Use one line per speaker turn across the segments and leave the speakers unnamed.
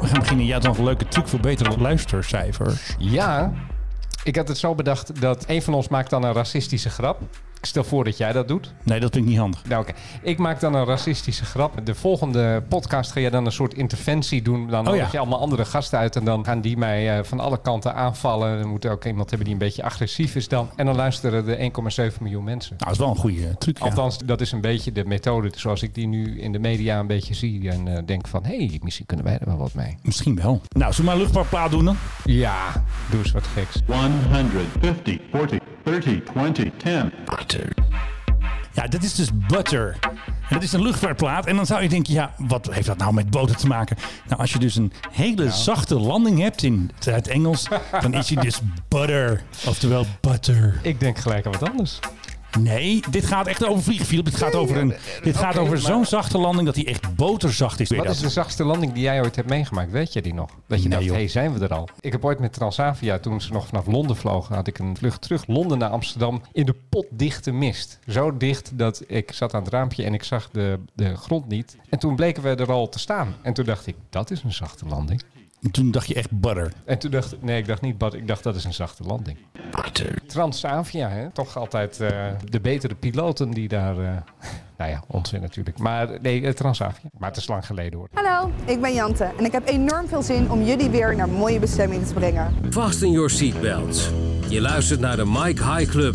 We gaan beginnen. Je had nog een leuke truc voor betere luistercijfers.
Ja, ik had het zo bedacht dat een van ons maakt dan een racistische grap. Ik stel voor dat jij dat doet.
Nee, dat vind ik niet handig.
Nou, oké. Ik maak dan een racistische grap. De volgende podcast ga jij dan een soort interventie doen. Dan
Oh
oh,
ja.
je allemaal andere gasten uit. En dan gaan die mij eh, van alle kanten aanvallen. Er moet ook iemand hebben die een beetje agressief is dan. En dan luisteren de 1,7 miljoen mensen.
Nou, dat is wel een goede truc. ja.
Althans, dat is een beetje de methode zoals ik die nu in de media een beetje zie. En eh, denk van, hé, hey, misschien kunnen wij er wel wat mee.
Misschien wel. Nou, zullen we maar een luchtvaartplaat doen dan?
Ja, doe eens wat geks.
150, 40, 30, 20, 10.
Ja, dit is dus butter. En dat is een luchtvaartplaat. En dan zou je denken, ja, wat heeft dat nou met boter te maken? Nou, als je dus een hele zachte landing hebt in het Engels, dan is hij dus butter. Oftewel butter.
Ik denk gelijk aan wat anders.
Nee, dit gaat echt over vliegen, Philip. Dit gaat over, een, dit gaat
oké,
over
maar-
zo'n zachte landing dat hij echt boterzacht is. Weet je
Wat is de zachtste landing die jij ooit hebt meegemaakt? Weet je die nog? Dat je
Nee,
dacht,
joh.
hey, zijn we er al? Ik heb ooit met Transavia, toen ze nog vanaf Londen vlogen, had ik een vlucht terug Londen naar Amsterdam in de potdichte mist. Zo dicht dat ik zat aan het raampje en ik zag de, de grond niet. En toen bleken we er al te staan. En toen dacht ik, dat is een zachte landing.
En Toen dacht je echt butter.
En toen dacht ik, nee, ik dacht niet bad, ik dacht dat is een zachte landing. Transavia, hè? toch altijd eh, de betere piloten die daar... eh, nou ja, onzin natuurlijk. Maar nee, eh, Transavia. Maar het is lang geleden hoor.
Hallo, ik ben Jante en ik heb enorm veel zin om jullie weer naar mooie bestemmingen te brengen.
Fasten your seatbelts. Je luistert naar de Mike High Club.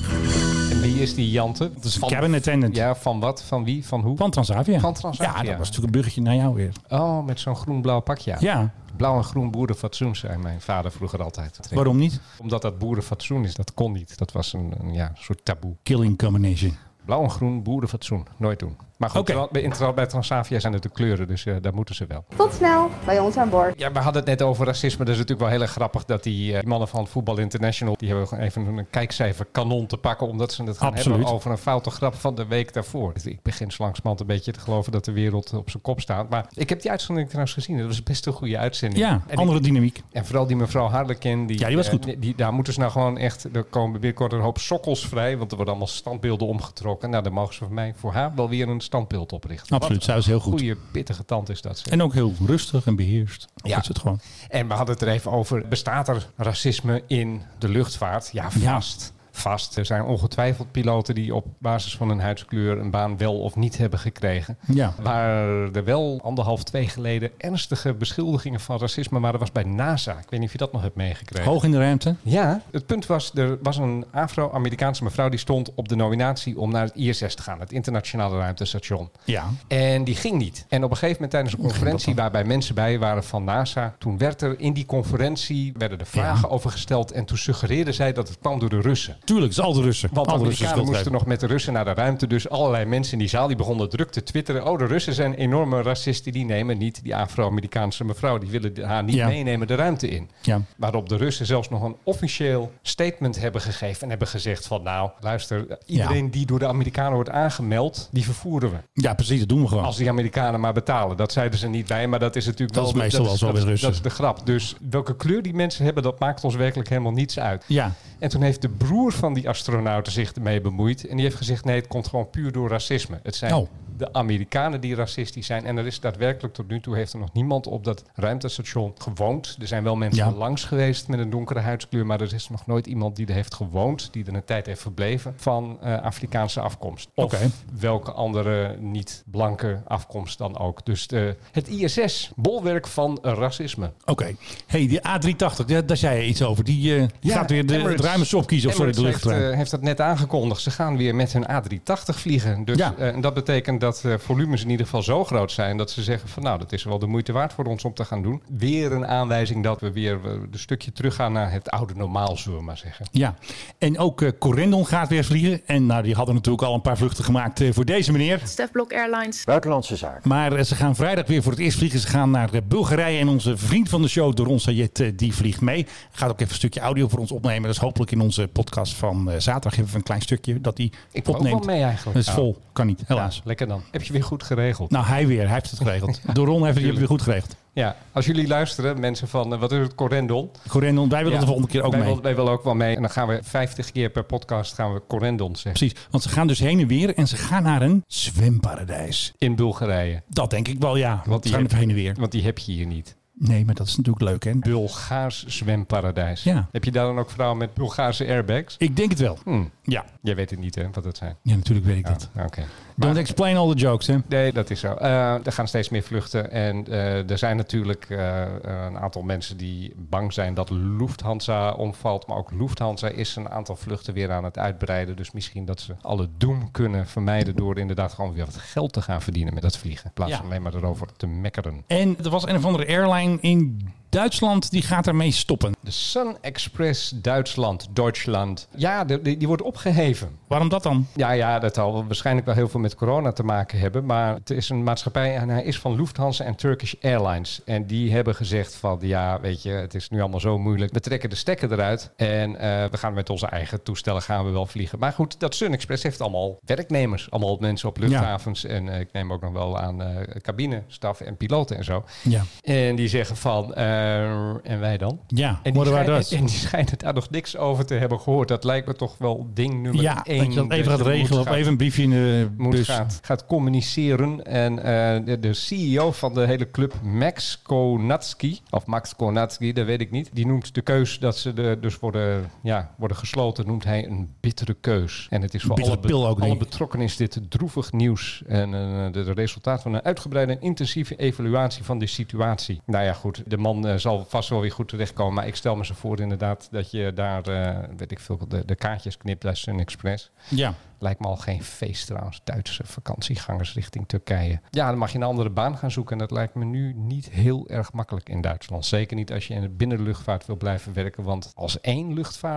En wie is die Jante?
Dat is een cabin attendant.
Ja, van wat? Van wie? Van hoe?
Van Transavia.
Van Transavia.
Ja, dat was natuurlijk een bruggetje naar jou weer.
Oh, met zo'n groen-blauw pakje. aan.
Ja,
Blauw en groen boerenfatsoen zijn mijn vader vroeger altijd.
waarom niet?
Omdat dat boerenfatsoen is, dat kon niet. Dat was een, een ja, soort taboe.
Killing combination.
Blauw en groen boerenfatsoen, nooit doen. Maar goed,
Oké.
terwijl- bij, in- terwijl bij Transavia zijn het de kleuren, dus eh, daar moeten ze wel.
Tot snel bij ons aan boord.
Ja, we hadden het net over racisme. Dat is natuurlijk wel heel erg grappig dat die, eh, die mannen van Voetbal International... die hebben gewoon even een kijkcijfer kanon te pakken... omdat ze het gaan
Absoluut.
hebben over een foute grap van de week daarvoor. Dus ik begin zo langzamerhand een beetje te geloven dat de wereld op zijn kop staat. Maar ik heb die uitzending trouwens gezien. Dat was best een goede uitzending.
Ja,
en,
andere
ik-
dynamiek.
en vooral die mevrouw Harlekin. Die,
Ja, die was
eh,
goed.
die, daar moeten ze nou gewoon echt... Er komen binnenkort een hoop sokkels vrij... want er worden allemaal standbeelden omgetrokken. Nou, dan mogen ze voor mij, voor haar, wel weer een standbeeld oprichten.
Absoluut,
Wat
zij was heel
een
Nou, goed.
goede, pittige tand is dat. zeg.
En ook heel rustig en beheerst.
Ja.
Dat is het gewoon.
En we hadden het er even over, bestaat er racisme in de luchtvaart? Ja, vast. Vast. Er zijn ongetwijfeld piloten die op basis van hun huidskleur een baan wel of niet hebben gekregen.
Ja.
Waar er wel anderhalf, twee geleden ernstige beschuldigingen van racisme waren, was bij NASA. Ik weet niet of je dat nog hebt meegekregen.
Hoog in de ruimte.
Oh. Ja, het punt was, er was een Afro-Amerikaanse mevrouw die stond op de nominatie om naar het ISS te gaan, het Internationale Ruimtestation.
Ja.
En die ging niet. En op een gegeven moment tijdens een conferentie waarbij mensen bij waren van NASA, toen werd er in die conferentie werden er vragen over gesteld en toen suggereerde zij dat het kwam door de Russen.
Tuurlijk, het is al de Russen.
Want de
al de Russen
Amerikanen
schuld
moesten
hebben.
nog met de Russen naar de ruimte. Dus allerlei mensen in die zaal die begonnen druk te twitteren. Oh, de Russen zijn enorme racisten. Die nemen niet die Afro-Amerikaanse mevrouw. Die willen haar niet
Ja.
meenemen de ruimte in.
Ja.
Waarop de Russen zelfs nog een officieel statement hebben gegeven. En hebben gezegd van nou, luister, iedereen die door de Amerikanen wordt aangemeld, die vervoeren we.
Ja, precies, dat doen we gewoon.
Als die Amerikanen maar betalen. Dat zeiden ze niet bij, maar dat is natuurlijk
Dat
wel...
is meestal wel zo
dat,
bij
is-
Russen.
Dat is de grap. Dus welke kleur die mensen hebben, dat maakt ons werkelijk helemaal niets uit.
Ja.
En toen heeft de broer van die astronauten zich ermee bemoeid. En die heeft gezegd, nee, het komt gewoon puur door racisme. Het zijn
Oh.
de Amerikanen die racistisch zijn. En er is daadwerkelijk tot nu toe heeft er nog niemand op dat ruimtestation gewoond. Er zijn wel mensen
Ja.
langs geweest met een donkere huidskleur. Maar er is nog nooit iemand die er heeft gewoond, die er een tijd heeft verbleven, van eh, Afrikaanse afkomst. Of
Oké.
welke andere niet-blanke afkomst dan ook. Dus eh, het ISS, bolwerk van racisme.
Oké. hey, die A380, daar, daar zei je iets over. Die eh, gaat weer de, het
Emirates-
ruime sop kiezen. Of sorry, de
Emirates
luchtruim.
Heeft, eh, heeft dat net aangekondigd. Ze gaan weer met hun A380 vliegen. Dus,
Ja.
eh, en dat betekent dat eh, volumes in ieder geval zo groot zijn dat ze zeggen van nou, dat is wel de moeite waard voor ons om te gaan doen. Weer een aanwijzing dat we weer eh, een stukje teruggaan naar het oude normaal, zullen we maar zeggen.
Ja, en ook eh, Corendon gaat weer vliegen. En nou, die hadden natuurlijk al een paar vluchten gemaakt eh, voor deze meneer.
Stef Blok Airlines.
Buitenlandse zaken.
Maar eh, ze gaan vrijdag weer voor het eerst vliegen. Ze gaan naar eh, Bulgarije en onze vriend van de show, Doron Sayed, eh, die vliegt mee. Gaat ook even een stukje audio voor ons opnemen. Dat is hopelijk in onze podcast van eh, zaterdag even een klein stukje dat hij
Ik wou ook
opneemt.
wel mee eigenlijk.
Dat is
Ja.
vol, kan niet, helaas.
Ja, lekker dan. Heb je weer goed geregeld.
Nou, hij weer, hij heeft het geregeld. Doron heeft het weer goed geregeld.
Ja, als jullie luisteren, mensen van eh, wat is het, Corendon?
Corendon, wij willen
Ja,
de volgende keer ook
wij
mee.
willen- wij willen ook wel mee. En dan gaan we 50 keer per podcast gaan we Corendon zeggen.
Precies, want ze gaan dus heen en weer en ze gaan naar een zwemparadijs.
In Bulgarije.
Dat denk ik wel, ja.
Want
ze
die
gaan
heeft-
even heen en weer.
Want die heb je hier niet.
Nee, maar dat is natuurlijk leuk, hè?
Bulgaars zwemparadijs.
Ja.
Heb je daar dan ook vrouwen met Bulgaarse airbags?
Ik denk het wel.
Hm.
Ja.
Jij weet het niet, hè, wat dat zijn.
ja, natuurlijk weet ik dat.
Ah, Oké.
Don't explain all the jokes, hè?
Nee, dat is zo. Eh, er gaan steeds meer vluchten. En eh, er zijn natuurlijk eh, een aantal mensen die bang zijn dat Lufthansa omvalt. Maar ook Lufthansa is een aantal vluchten weer aan het uitbreiden. Dus misschien dat ze alle doem kunnen vermijden door inderdaad gewoon weer wat geld te gaan verdienen met dat vliegen. In plaats
Ja.
van alleen maar erover te mekkeren.
En er was een of andere airline in Duitsland die gaat daarmee stoppen.
De Sun Express Duitsland, Deutschland. Ja, de- die, die wordt opgeheven.
Waarom dat dan?
Ja, ja, dat zal waarschijnlijk wel heel veel met corona te maken hebben. Maar het is een maatschappij en hij is van Lufthansa en Turkish Airlines. En die hebben gezegd van, ja, weet je, het is nu allemaal zo moeilijk. We trekken de stekker eruit en eh, we gaan met onze eigen toestellen gaan we wel vliegen. Maar goed, dat Sun Express heeft allemaal werknemers. Allemaal mensen op luchthavens. En eh, ik neem ook nog wel aan eh cabinestaf en piloten en zo.
Ja.
En die zeggen van, eh, en wij dan?
Ja,
En die,
worden waar
schijnen,
dat?
en die schijnen daar nog niks over te hebben gehoord. Dat lijkt me toch wel ding nummer
Ja,
één.
dat je dat even
je
gaat
moet
regelen of
gaan-
even een briefje in de
moet
bus.
gaat, dus gaat communiceren. En eh, de, de CEO van de hele club, Max Konatsky, of Max Konatsky, dat weet ik niet. Die noemt de keus dat ze de, dus worden, ja, worden gesloten, noemt hij een bittere keus. En het is voor
Bittere
alle, be-
pil ook, denk
alle
ik.
betrokkenen is dit droevig nieuws. En eh, de, de resultaat van een uitgebreide en intensieve evaluatie van de situatie. Nou ja, goed, de man eh, zal vast wel weer goed terechtkomen. Maar ik stel me zo voor inderdaad dat je daar, eh, weet ik veel, de, de kaartjes knipt bij Sun Express.
Ja.
Lijkt me al geen feest trouwens. Duitse vakantiegangers richting Turkije. Ja, dan mag je een andere baan gaan zoeken. En dat lijkt me nu niet heel erg makkelijk in Duitsland. Zeker niet als je in de binnenluchtvaart wil blijven werken. Want als één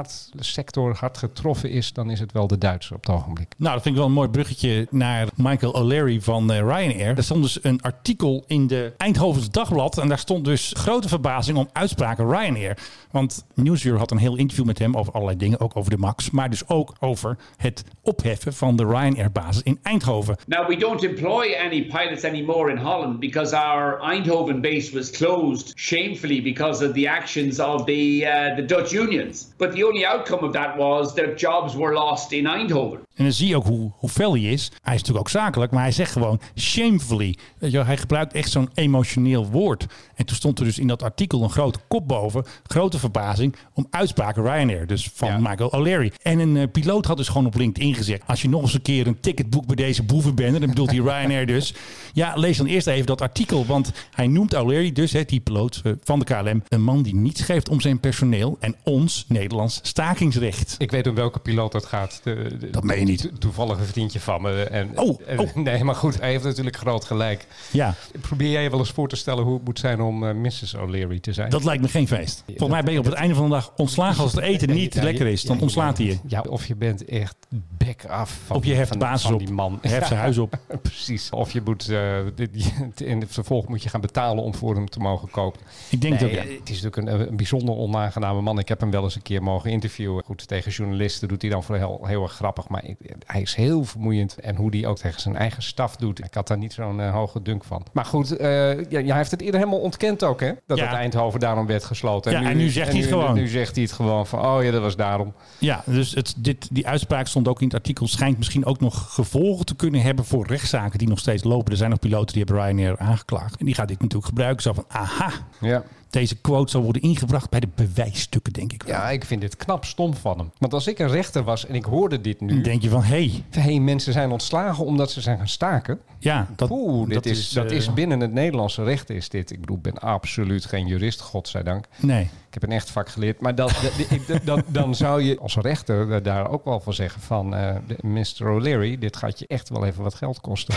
luchtvaartsector hard getroffen is, dan is het wel de Duitse op het ogenblik.
Nou, dat vind ik wel een mooi bruggetje naar Michael O'Leary van eh, Ryanair. Er stond dus een artikel in de Eindhovens Dagblad. En daar stond dus grote verbazing om uitspraken Ryanair. Want Newsweek had een heel interview met hem over allerlei dingen. Ook over de MAX. Maar dus ook over het opheffen van de Ryanair-basis in Eindhoven.
Now, we don't employ any pilots anymore in Holland because our Eindhoven base was closed shamefully because of the actions of the, uh, the Dutch unions. But the only outcome of that was their jobs were lost in Eindhoven.
En dan zie je ook hoe, hoe fel hij is. Hij is natuurlijk ook zakelijk, maar hij zegt gewoon shamefully. Weet je wel, hij gebruikt echt zo'n emotioneel woord. En toen stond er dus in dat artikel een grote kop boven. Grote verbazing om uitspraken Ryanair, dus van
Ja.
Michael O'Leary. En een eh, piloot had dus gewoon op LinkedIn gezegd... als je nog eens een keer een ticket boekt bij deze boevenbende... dan bedoelt hij Ryanair dus. Ja, lees dan eerst even dat artikel. Want hij noemt O'Leary dus, hè, die piloot eh, van de KLM... een man die niets geeft om zijn personeel... en ons Nederlands stakingsrecht.
Ik weet om welke piloot het gaat. De- de-
Dat meen je niet.
to- Toevallig een vriendje van me. En,
Oh,
en-
oh.
Nee, maar goed, hij heeft natuurlijk groot gelijk.
Ja.
Probeer jij je wel eens voor te stellen hoe het moet zijn om eh, Mrs. O'Leary te zijn?
Dat lijkt me geen feest. Volgens mij ben je op het einde van de dag ontslagen als het eten niet
Ja,
lekker is.
ja,
Dan
ja,
ontslaat hij je.
Ja, of je bent echt bek af van,
Of je heft
van,
de basis
van
op.
die man.
Je heft zijn huis op.
Ja, Precies. Of je moet eh, dit- die- in het vervolg moet je gaan betalen om voor hem te mogen kopen.
Ik denk
Nee,
dat...
eh, het is natuurlijk een, een bijzonder onaangename man. Ik heb hem wel eens een keer mogen interviewen. Goed, tegen journalisten doet hij dan voor heel, heel erg grappig. Maar ik- hij is heel vermoeiend. En hoe die ook tegen zijn eigen staf doet. Ik had daar niet zo'n eh, hoge dunk van. Maar goed, eh ja, ja, hij heeft het eerder helemaal ontkend ook, hè? Dat
Ja.
het Eindhoven daarom werd gesloten.
Ja, en nu zegt hij het gewoon.
Nu zegt hij het gewoon van, oh ja, dat was daarom.
Ja, dus het, dit, die uitspraak stond ook in het artikel. Schijnt misschien ook nog gevolgen te kunnen hebben voor rechtszaken die nog steeds lopen. Er zijn nog piloten die hebben Ryanair aangeklaagd. En die gaat dit natuurlijk gebruiken. Zo van, aha,
Ja.
deze quote zal worden ingebracht bij de bewijsstukken, denk ik wel.
ja, ik vind dit knap stom van hem. Want als ik een rechter was en ik hoorde dit nu...
Dan denk je van, hé,
hey, mensen zijn ontslagen omdat ze zijn gaan staken.
ja, dat,
Oeh, dit
dat
is, dat
eh,
is binnen het Nederlandse recht is dit. Ik bedoel, ik ben absoluut geen jurist, godzijdank.
Nee,
Ik heb een echt vak geleerd. Maar dat, dat- ik- dat- dat- dan zou je als rechter eh, daar ook wel van zeggen van... eh, de- Mr. O'Leary, dit gaat je echt wel even wat geld kosten.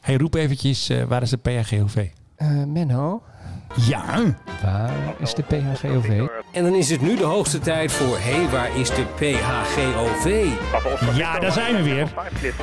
hey, roep eventjes, eh, waar is de PHGOV?
Eh, Menno,
Ja,
waar is de PHGOV?
En dan is het nu de hoogste tijd voor... Hé, hey, waar is de PHGOV?
Ja, daar zijn we weer.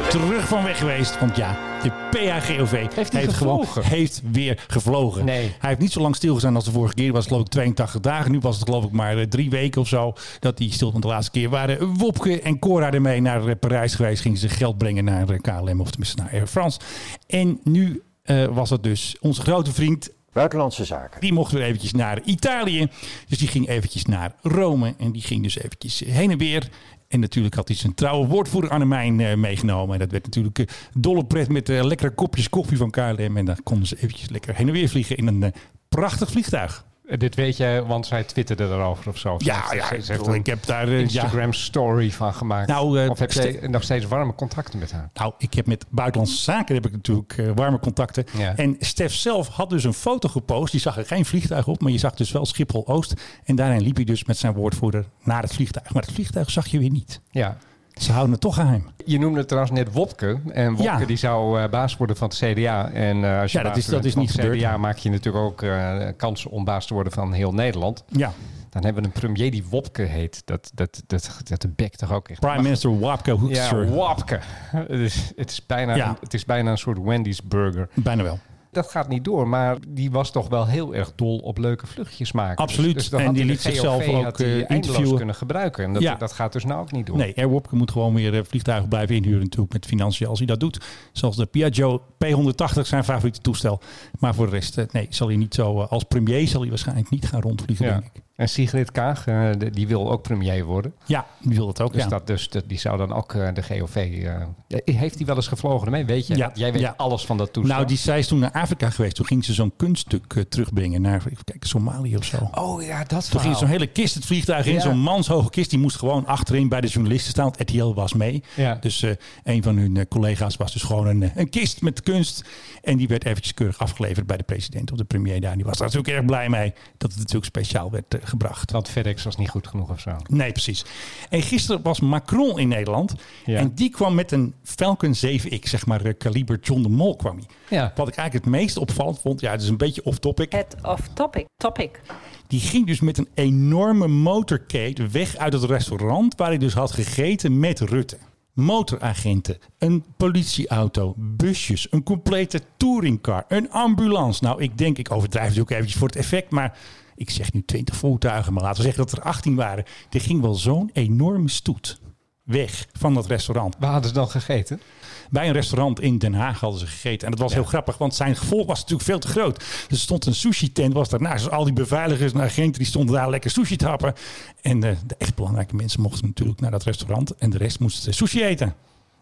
Terug van weg geweest. Want ja, de PHGOV
Heeft hij
gewoon,
gevlogen?
heeft weer gevlogen.
Nee.
Hij heeft niet zo lang stilgestaan als de vorige keer. Het was geloof ik 82 dagen. Nu was het geloof ik maar eh, drie weken of zo dat hij stil Want de laatste keer waren Wopke en Cora ermee naar eh, Parijs geweest. Gingen ze geld brengen naar eh, KLM of tenminste naar Air France. En nu eh, was het dus onze grote vriend
Buitenlandse Zaken.
Die mocht weer eventjes naar Italië. Dus die ging eventjes naar Rome. En die ging dus eventjes heen en weer. En natuurlijk had hij zijn trouwe woordvoerder Annemijn eh, meegenomen. En dat werd natuurlijk eh, dolle pret met eh, lekkere kopjes koffie van KLM. En dan konden ze eventjes lekker heen en weer vliegen in een eh, prachtig vliegtuig.
Eh, Dit weet jij, want zij twitterde erover of zo.
Ja,
Ze-
ja,
ze-
ik
ze heeft
bedoel,
een
ik heb daar... eh, ja,
Instagram-story van gemaakt.
Nou, eh,
of heb jij
ste-
nog steeds warme contacten met haar?
Nou, ik heb met buitenlandse zaken heb ik natuurlijk eh, warme contacten.
Ja.
En Stef zelf had dus een foto gepost. Die zag er geen vliegtuig op, maar je zag dus wel Schiphol Oost. En daarin liep hij dus met zijn woordvoerder naar het vliegtuig. Maar het vliegtuig zag je weer niet.
Ja.
Ze houden het toch geheim.
Je noemde het trouwens net Wopke. En Wopke
Ja.
die zou eh, baas worden van het CDA. En eh, als je
Ja, dat
baas
is- dat
wordt
is
van
niet
het
gebeurd.
CDA maak je natuurlijk ook eh kans om baas te worden van heel Nederland.
Ja,
Dan hebben we een premier die Wopke heet. Dat, dat, dat, dat de bek toch ook echt.
Prime Minister Wapke Hoekstra.
Ja, Wopke. Het is, het, is bijna,
Ja.
het is bijna een soort Wendy's burger.
Bijna wel.
Dat gaat niet door, maar die was toch wel heel erg dol op leuke vluchtjes maken. Dus
Absoluut.
dan
En
had
die
hij
liet
de GOV
zichzelf ook,
had hij
eh,
eindeloos
interviewen.
kunnen gebruiken. En dat,
Ja.
dat gaat dus nou ook niet door.
Nee, Air Wopke moet gewoon weer eh, vliegtuigen blijven inhuren natuurlijk met financiën als hij dat doet. Zoals de Piaggio P180 zijn favoriete toestel. Maar voor de rest, eh, nee, zal hij niet zo... eh, als premier zal hij waarschijnlijk niet gaan rondvliegen,
Ja.
denk ik.
En Sigrid Kaag, eh, de- die wil ook premier worden.
Ja, die wil dat ook,
Dus,
ja.
dat, dus dat- die zou dan ook eh, de GOV... eh, heeft hij wel eens gevlogen ermee? Weet je?
Ja.
dat? Jij weet
Ja.
alles van dat toestel.
Nou, die, zij is toen naar Afrika geweest. Toen ging ze zo'n kunststuk eh, terugbrengen naar, even kijken, Somalië of zo.
Oh ja, dat
Toen ging
verhaal.
zo'n hele kist het vliegtuig in,
Ja.
zo'n manshoge kist. Die moest gewoon achterin bij de journalisten staan, want RTL was mee.
Ja.
Dus eh, een van hun eh, collega's was dus gewoon een, eh, een kist met kunst. En die werd eventjes keurig afgeleverd bij de president of de premier daar. Die was daar natuurlijk erg blij mee dat het natuurlijk speciaal werd eh, gebracht.
Want FedEx was niet goed genoeg of zo.
Nee, precies. En gisteren was Macron in Nederland.
Ja.
En die kwam met een Falcon 7X, zeg maar, eh, kaliber John de Mol kwam hij.
Ja.
Wat ik eigenlijk het meest opvallend vond, ja, het is een beetje off-topic.
Het off-topic. Topic.
Die ging dus met een enorme motorcade weg uit het restaurant waar hij dus had gegeten met Rutte. Motoragenten, een politieauto, busjes, een complete touringcar, een ambulance. Nou, ik denk, ik overdrijf het ook eventjes voor het effect, maar ik zeg nu 20 voertuigen, maar laten we zeggen dat er 18 waren. Er ging wel zo'n enorme stoet weg van dat restaurant.
Waar hadden ze dan gegeten?
Bij een restaurant in Den Haag hadden ze gegeten. En dat was heel grappig, want zijn gevolg was natuurlijk veel te groot. Er stond een sushi-tent, was daarnaast. Dus al die beveiligers en agenten die stonden daar lekker sushi te happen. En eh, de echt belangrijke mensen mochten natuurlijk naar dat restaurant. En de rest moesten sushi eten.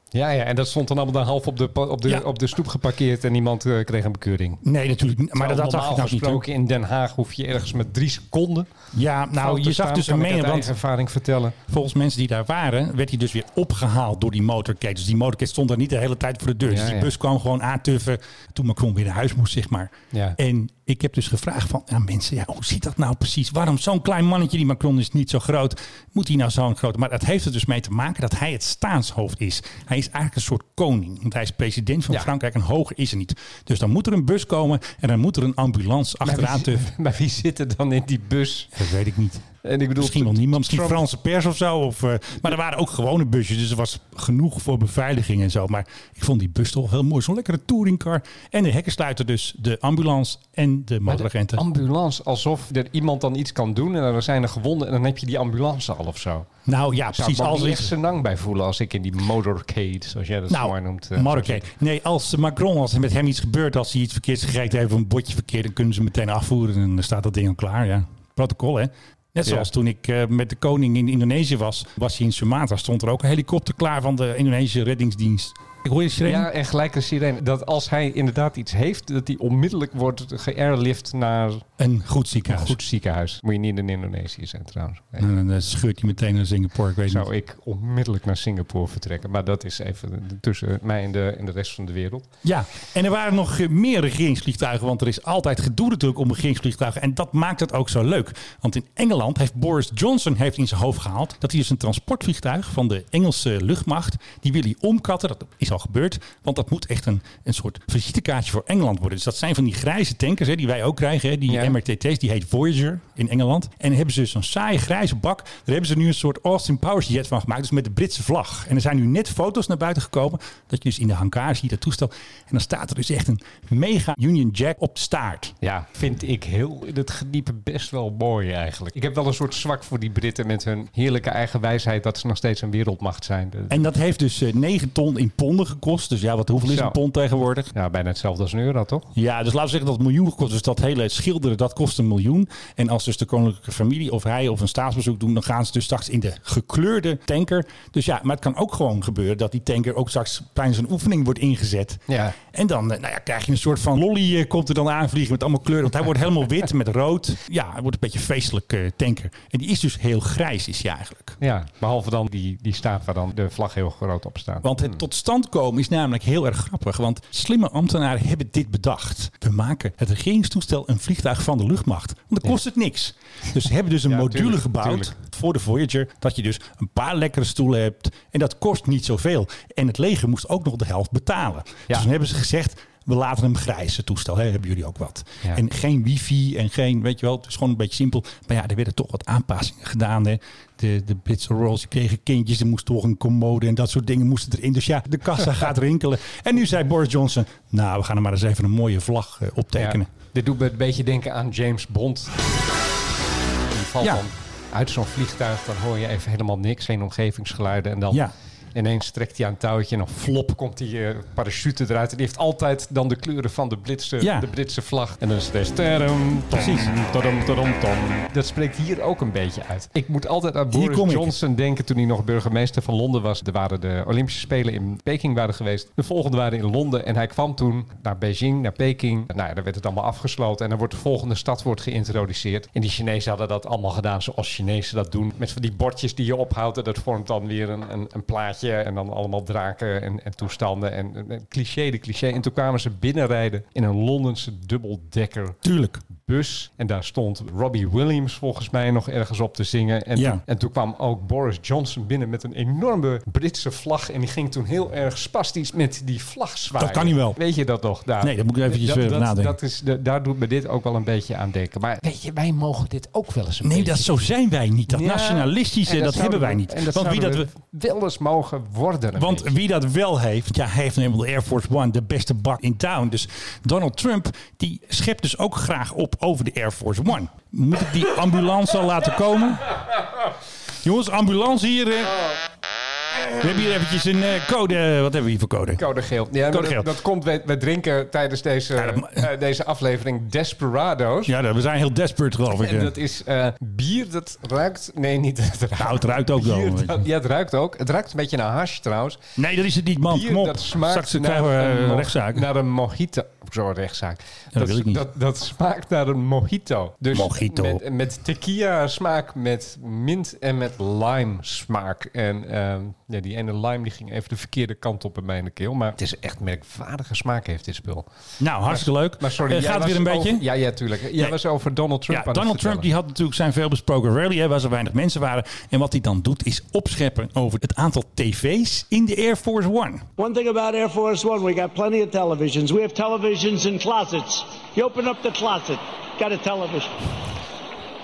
Ja, ja, en dat stond dan allemaal dan half op de, pa- op de,
Ja.
op de stoep geparkeerd en iemand eh, kreeg een bekeuring.
Nee, natuurlijk niet. Maar
Terwijl
dat dacht ik
normaal
nou niet. hoor.
gesproken in Den Haag hoef je ergens met drie seconden.
Ja,
fout
nou,
te
je zag
staan,
dus
kan
een
ik uit
menen, want
eigen ervaring vertellen.
volgens mensen die daar waren, werd hij dus weer opgehaald door die motorcade. Dus die motorcade stond daar niet de hele tijd voor de deur. dus die
ja.
bus kwam gewoon aantuffen toen Macron weer naar huis moest, zeg maar.
Ja.
En ik heb dus gevraagd van ja, mensen, ja, hoe zit dat nou precies? Waarom zo'n klein mannetje, die Macron is niet zo groot, moet hij nou zo'n groot? Maar dat heeft er dus mee te maken dat hij het staatshoofd is. Hij is eigenlijk een soort koning, want hij is president van
Ja.
Frankrijk en hoger is er niet. Dus dan moet er een bus komen en dan moet er een ambulance achteraan
wie,
tuffen.
maar wie zit er dan in die bus?
Dat weet ik niet.
En ik bedoel,
Misschien wel niemand, misschien
Trump-
Franse pers of zo. Of, eh, maar er waren ook gewone busjes, dus er was genoeg voor beveiliging en zo. Maar ik vond die bus toch heel mooi. Zo'n lekkere touringcar. En de hekken sluiten dus de ambulance en de
Maar de
motoragenten.
ambulance, alsof er iemand dan iets kan doen en dan zijn er gewonden en dan heb je die ambulance al of zo.
nou ja,
Zou ik
precies.
me ook
Als
niet
er
echt
iets-
zijn lang bij voelen als ik in die motorcade, zoals jij dat zo mooi
nou,
noemt. eh,
Marokko.
zou zitten.
Nee, als Macron, als er met hem iets gebeurt, als hij iets verkeerds gegeten heeft, of een bordje verkeerd, dan kunnen ze meteen afvoeren en dan staat dat ding al klaar. Ja. Protocol, hè? Net zoals
Ja.
toen ik eh, met de koning in Indonesië was, was hij in Sumatra, stond er ook een helikopter klaar van de Indonesische reddingsdienst. Ik hoor je sirene.
Ja, en gelijk een sirene. Dat als hij inderdaad iets heeft, dat hij onmiddellijk wordt geairlift naar
Een goed
een
ziekenhuis.
goed ziekenhuis. Moet je niet in Indonesië zijn trouwens. Nee.
En dan eh, scheurt hij meteen naar Singapore. Ik weet niet.
zou ik onmiddellijk naar Singapore vertrekken. Maar dat is even tussen mij en de, en de rest van de wereld.
Ja, en er waren nog eh, meer regeringsvliegtuigen. Want er is altijd gedoe natuurlijk om regeringsvliegtuigen. En dat maakt het ook zo leuk. Want in Engeland heeft Boris Johnson heeft in zijn hoofd gehaald... dat hij dus een transportvliegtuig van de Engelse luchtmacht... die wil hij omkatten. Dat is al gebeurd. Want dat moet echt een, een soort visitekaartje voor Engeland worden. Dus dat zijn van die grijze tankers hè, die wij ook krijgen. Hè, die
Ja.
MRTT's, die heet Voyager in Engeland. En dan hebben ze zo'n saaie grijze bak. Daar hebben ze nu een soort Austin Powers jet van gemaakt. Dus met de Britse vlag. En er zijn nu net foto's naar buiten gekomen. Dat je dus in de hangar ziet dat toestel. En dan staat er dus echt een mega Union Jack op de staart.
Ja, vind ik heel in het gediepe best wel mooi eigenlijk. Ik heb wel een soort zwak voor die Britten met hun heerlijke eigen wijsheid dat ze nog steeds een wereldmacht zijn.
En dat heeft dus eh 9 ton in ponden ponden gekost. Dus ja, wat, hoeveel is
Zo.
een pond tegenwoordig?
Ja, bijna hetzelfde als een euro, toch?
Ja, dus laten we zeggen dat het miljoen kost. Dus dat hele schilderen, dat kost een miljoen. En als dus de koninklijke familie of hij of een staatsbezoek doen... dan gaan ze dus straks in de gekleurde tanker. Dus ja, maar het kan ook gewoon gebeuren... dat die tanker ook straks tijdens een oefening wordt ingezet.
Ja.
En dan eh, nou ja, krijg je een soort van lolly eh, komt er dan aanvliegen met allemaal kleuren. Want hij wordt helemaal wit met rood. Ja, hij wordt een beetje een feestelijk eh, tanker. En die is dus heel grijs, is hij eigenlijk.
Ja, behalve dan die, die staat waar dan de vlag heel groot op staat.
Want het tot stand komen is namelijk heel erg grappig. Want slimme ambtenaren hebben dit bedacht. We maken het regeringstoestel een vliegtuig van de luchtmacht. Want dan kost het niks. Dus ze hebben dus een
Ja,
module
tuurlijk,
gebouwd
tuurlijk.
voor de Voyager. Dat je dus een paar lekkere stoelen hebt. En dat kost niet zoveel. En het leger moest ook nog de helft betalen. Dus dan hebben ze gezegd... We laten hem grijs, het toestel. Hè, hebben jullie ook wat?
Ja.
En geen wifi en geen, weet je wel, het is gewoon een beetje simpel. Maar ja, er werden toch wat aanpassingen gedaan. Hè. De, de Brits en Royals die kregen kindjes, er moest toch een commode en dat soort dingen moesten erin. Dus ja, de kassa gaat rinkelen. En nu zei Boris Johnson, nou, we gaan er maar eens even een mooie vlag eh, optekenen.
Ja. Dit doet me een beetje denken aan James Bond. Die valt
Ja.
dan uit zo'n vliegtuig, dan hoor je even helemaal niks, geen omgevingsgeluiden. En dan
Ja.
ineens trekt hij aan een touwtje en dan flop komt die eh, parachute eruit. En die heeft altijd dan de kleuren van de, Britse,
Ja.
de Britse vlag. En dan is het dus... tadam, tom,
Precies.
tadam, tadam, tom. Dat spreekt hier ook een beetje uit. Ik moet altijd aan
Hier kom
Boris
ik.
Johnson denken toen hij nog burgemeester van Londen was. Er waren de Olympische Spelen in Peking waren geweest. De volgende waren in Londen. En hij kwam toen naar Beijing, naar Peking. Nou ja, daar werd het allemaal afgesloten. En dan wordt de volgende stad wordt geïntroduceerd. En die Chinezen hadden dat allemaal gedaan zoals Chinezen dat doen. Met van die bordjes die je ophoudt. En dat vormt dan weer een, een, een plaatje. En dan allemaal draken en, en toestanden. En, en- en cliché de cliché. En toen kwamen ze binnenrijden in een Londense dubbeldekker
Tuurlijk.
bus. En daar stond Robbie Williams volgens mij nog ergens op te zingen. En,
Ja.
en toen kwam ook Boris Johnson binnen met een enorme Britse vlag. En die ging toen heel erg spastisch met die vlag zwaaien.
Dat kan niet wel.
Weet je dat nog? Nou,
Nee, daar moet ik eventjes
dat-
weer
dat-
nadenken.
Dat is, de- daar doet me dit ook wel een beetje aan denken. Maar weet je, wij mogen dit ook wel eens een
Nee,
beetje.
dat, zo zijn wij niet. Dat
Ja,
nationalistische,
en
dat, hebben wij
zouden
niet.
we- En dat
Want wie dat we...
zouden we wel eens mogen worden. een
Want
beetje.
wie dat wel heeft, ja, hij heeft namelijk de Air Force One, de beste bak in town. Dus Donald Trump, die schept dus ook graag op over de Air Force One. Moet ik die ambulance al laten komen? Jongens, ambulance hier. eh. We hebben hier eventjes een eh, code. Wat hebben we hier voor code?
Code geel. Ja, maar
Code
dat,
geel.
dat komt, we, we drinken tijdens deze,
dat ma-
eh, deze aflevering Desperado's.
Ja, dat- we zijn heel desperate, geloof ik.
En
eh.
dat is eh, bier dat ruikt. Nee, niet dat ruikt.
Nou, het ruikt ook wel,
Bier
weet je.
dat- ja, het ruikt ook. Het ruikt een beetje naar hash trouwens.
Nee, dat is het niet, man.
Bier
Kom op.
dat smaakt
Straks
naar,
krijgen we
een Nou,
eh,
mo-
rechtszaak.
naar een mojito. Zo'n rechtszaak. Dat,
wil ik niet.
Dat, dat smaakt naar een mojito. Dus
Mojito.
Met, met tequila smaak, met mint en met lime smaak. En ehm, ja, die ene lime die ging even de verkeerde kant op bij mij in de keel. Maar het is echt merkwaardige smaak heeft dit spul.
Nou, hartstikke leuk.
Maar sorry,
Eh,
jij
gaat het
was
weer een
over-
beetje?
ja, ja, tuurlijk. Jij
Nee.
was over Donald Trump aan
Ja,
het
Donald Trump
vertellen.
die had natuurlijk zijn veelbesproken rally, hè, waar zo weinig mensen waren. En wat hij dan doet, is opscheppen over het aantal tv's in de Air Force One.
One thing about Air Force One, we got plenty of televisions. We have televisions in closets. You open up the closet, got a television.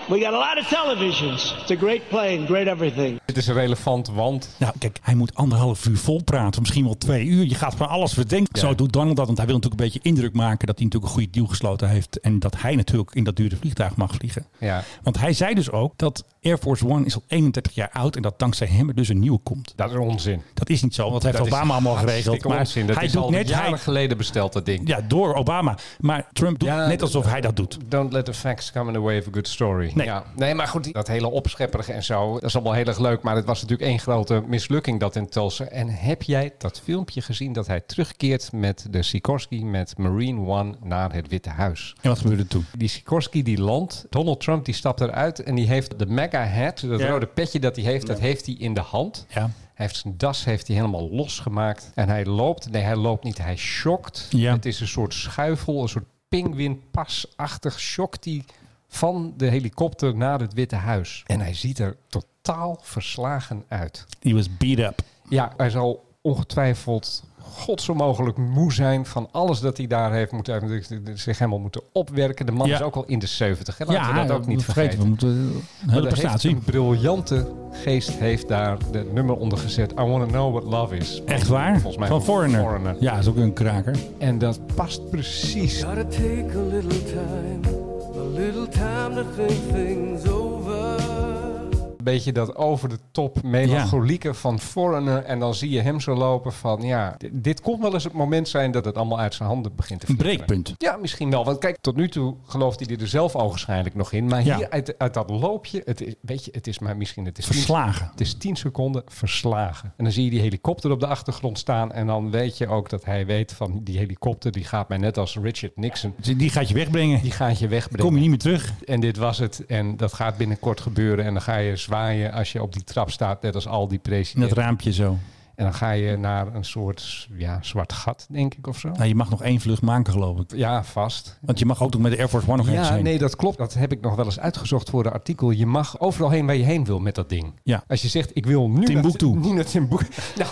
We got a lot of televisions. It's a great plane, great everything.
Dit is relevant, want
Nou, kijk, hij moet anderhalf uur vol praten, misschien wel twee uur. Je gaat van alles verdenken. Zo doet Donald dat, want hij wil natuurlijk een beetje indruk maken dat hij natuurlijk een goede deal gesloten heeft. En dat hij natuurlijk in dat dure vliegtuig mag vliegen.
Ja.
Want hij zei dus ook dat Air Force One is al 31 jaar oud en dat dankzij hem er dus een nieuwe komt.
dat is onzin.
Dat is niet zo, want hij heeft
Dat is
Obama allemaal geregeld.
hartstikke
Maar
onzin. Dat
hij
is
doet
al
net,
jaren
hij,
geleden besteld, dat ding.
ja, door Obama. Maar Trump doet
Ja,
net alsof hij dat doet.
Don't let the facts come in the way of a good story.
Nee.
Ja. nee, maar goed, dat hele opschepperige en zo, dat is allemaal heel erg leuk. Maar het was natuurlijk één grote mislukking dat in Tulsa. En heb jij dat filmpje gezien dat hij terugkeert met de Sikorsky met Marine One naar het Witte Huis?
En wat gebeurde er toen?
Die Sikorsky die landt, Donald Trump die stapt eruit en die heeft de mega hat, dat
Ja.
rode petje dat hij heeft, dat heeft hij in de hand.
Ja.
Hij heeft zijn das heeft hij helemaal losgemaakt en hij loopt. Nee, hij loopt niet, hij shockt.
Ja.
Het is een soort schuifel, een soort pinguinpasachtig shock die van de helikopter naar het Witte Huis. En hij ziet er totaal verslagen uit.
He was beat up.
Ja, hij zal ongetwijfeld god zo mogelijk moe zijn van alles dat hij daar heeft moeten, hij heeft zich helemaal moeten opwerken. De man
Ja.
is ook al in de 70. Hè? Laten we dat ook niet vergeten.
We moeten een
Maar
hele
daar heeft
prestatie.
Een briljante geest heeft daar het nummer onder gezet. I want to know what love is.
Echt waar?
Volgens mij
van Foreigner.
Foreigner.
Ja, is ook een kraker.
En dat past precies.
Gotta take a little time, a little time to think things over.
Een beetje dat over de top melancholieke van Foreigner. En dan zie je hem zo lopen van, ja, d- dit kon wel eens het moment zijn dat het allemaal uit zijn handen begint te
Een
flikkeren.
breekpunt.
Ja, misschien wel. Want kijk, tot nu toe gelooft hij er zelf ogenschijnlijk nog in. Maar
Ja.
hier uit, uit dat loopje, het is, weet je, het is maar misschien, het is tien-
Verslagen.
het is 10 seconden verslagen. En dan zie je die helikopter op de achtergrond staan. En dan weet je ook dat hij weet van die helikopter, die gaat mij net als Richard Nixon.
Dus Die gaat je wegbrengen.
Die gaat je wegbrengen.
Kom je niet meer terug.
En dit was het. En dat gaat binnenkort gebeuren. En dan ga je zwaaien als je op die trap staat, net als al die
In dat
presidenten.
raampje zo.
En dan ga je naar een soort ja, zwart gat, denk ik, of zo.
Nou, je mag nog één vlucht maken, geloof ik.
Ja, vast.
Want je mag ook nog met de Air Force One nog ergens
Ja,
heen.
nee, dat klopt. Dat heb ik nog wel eens uitgezocht voor de artikel. Je mag overal heen waar je heen wil met dat ding.
Ja.
Als je zegt, ik wil nu
Timbuktu.
Naar, nu naar Timbuktu. Nou,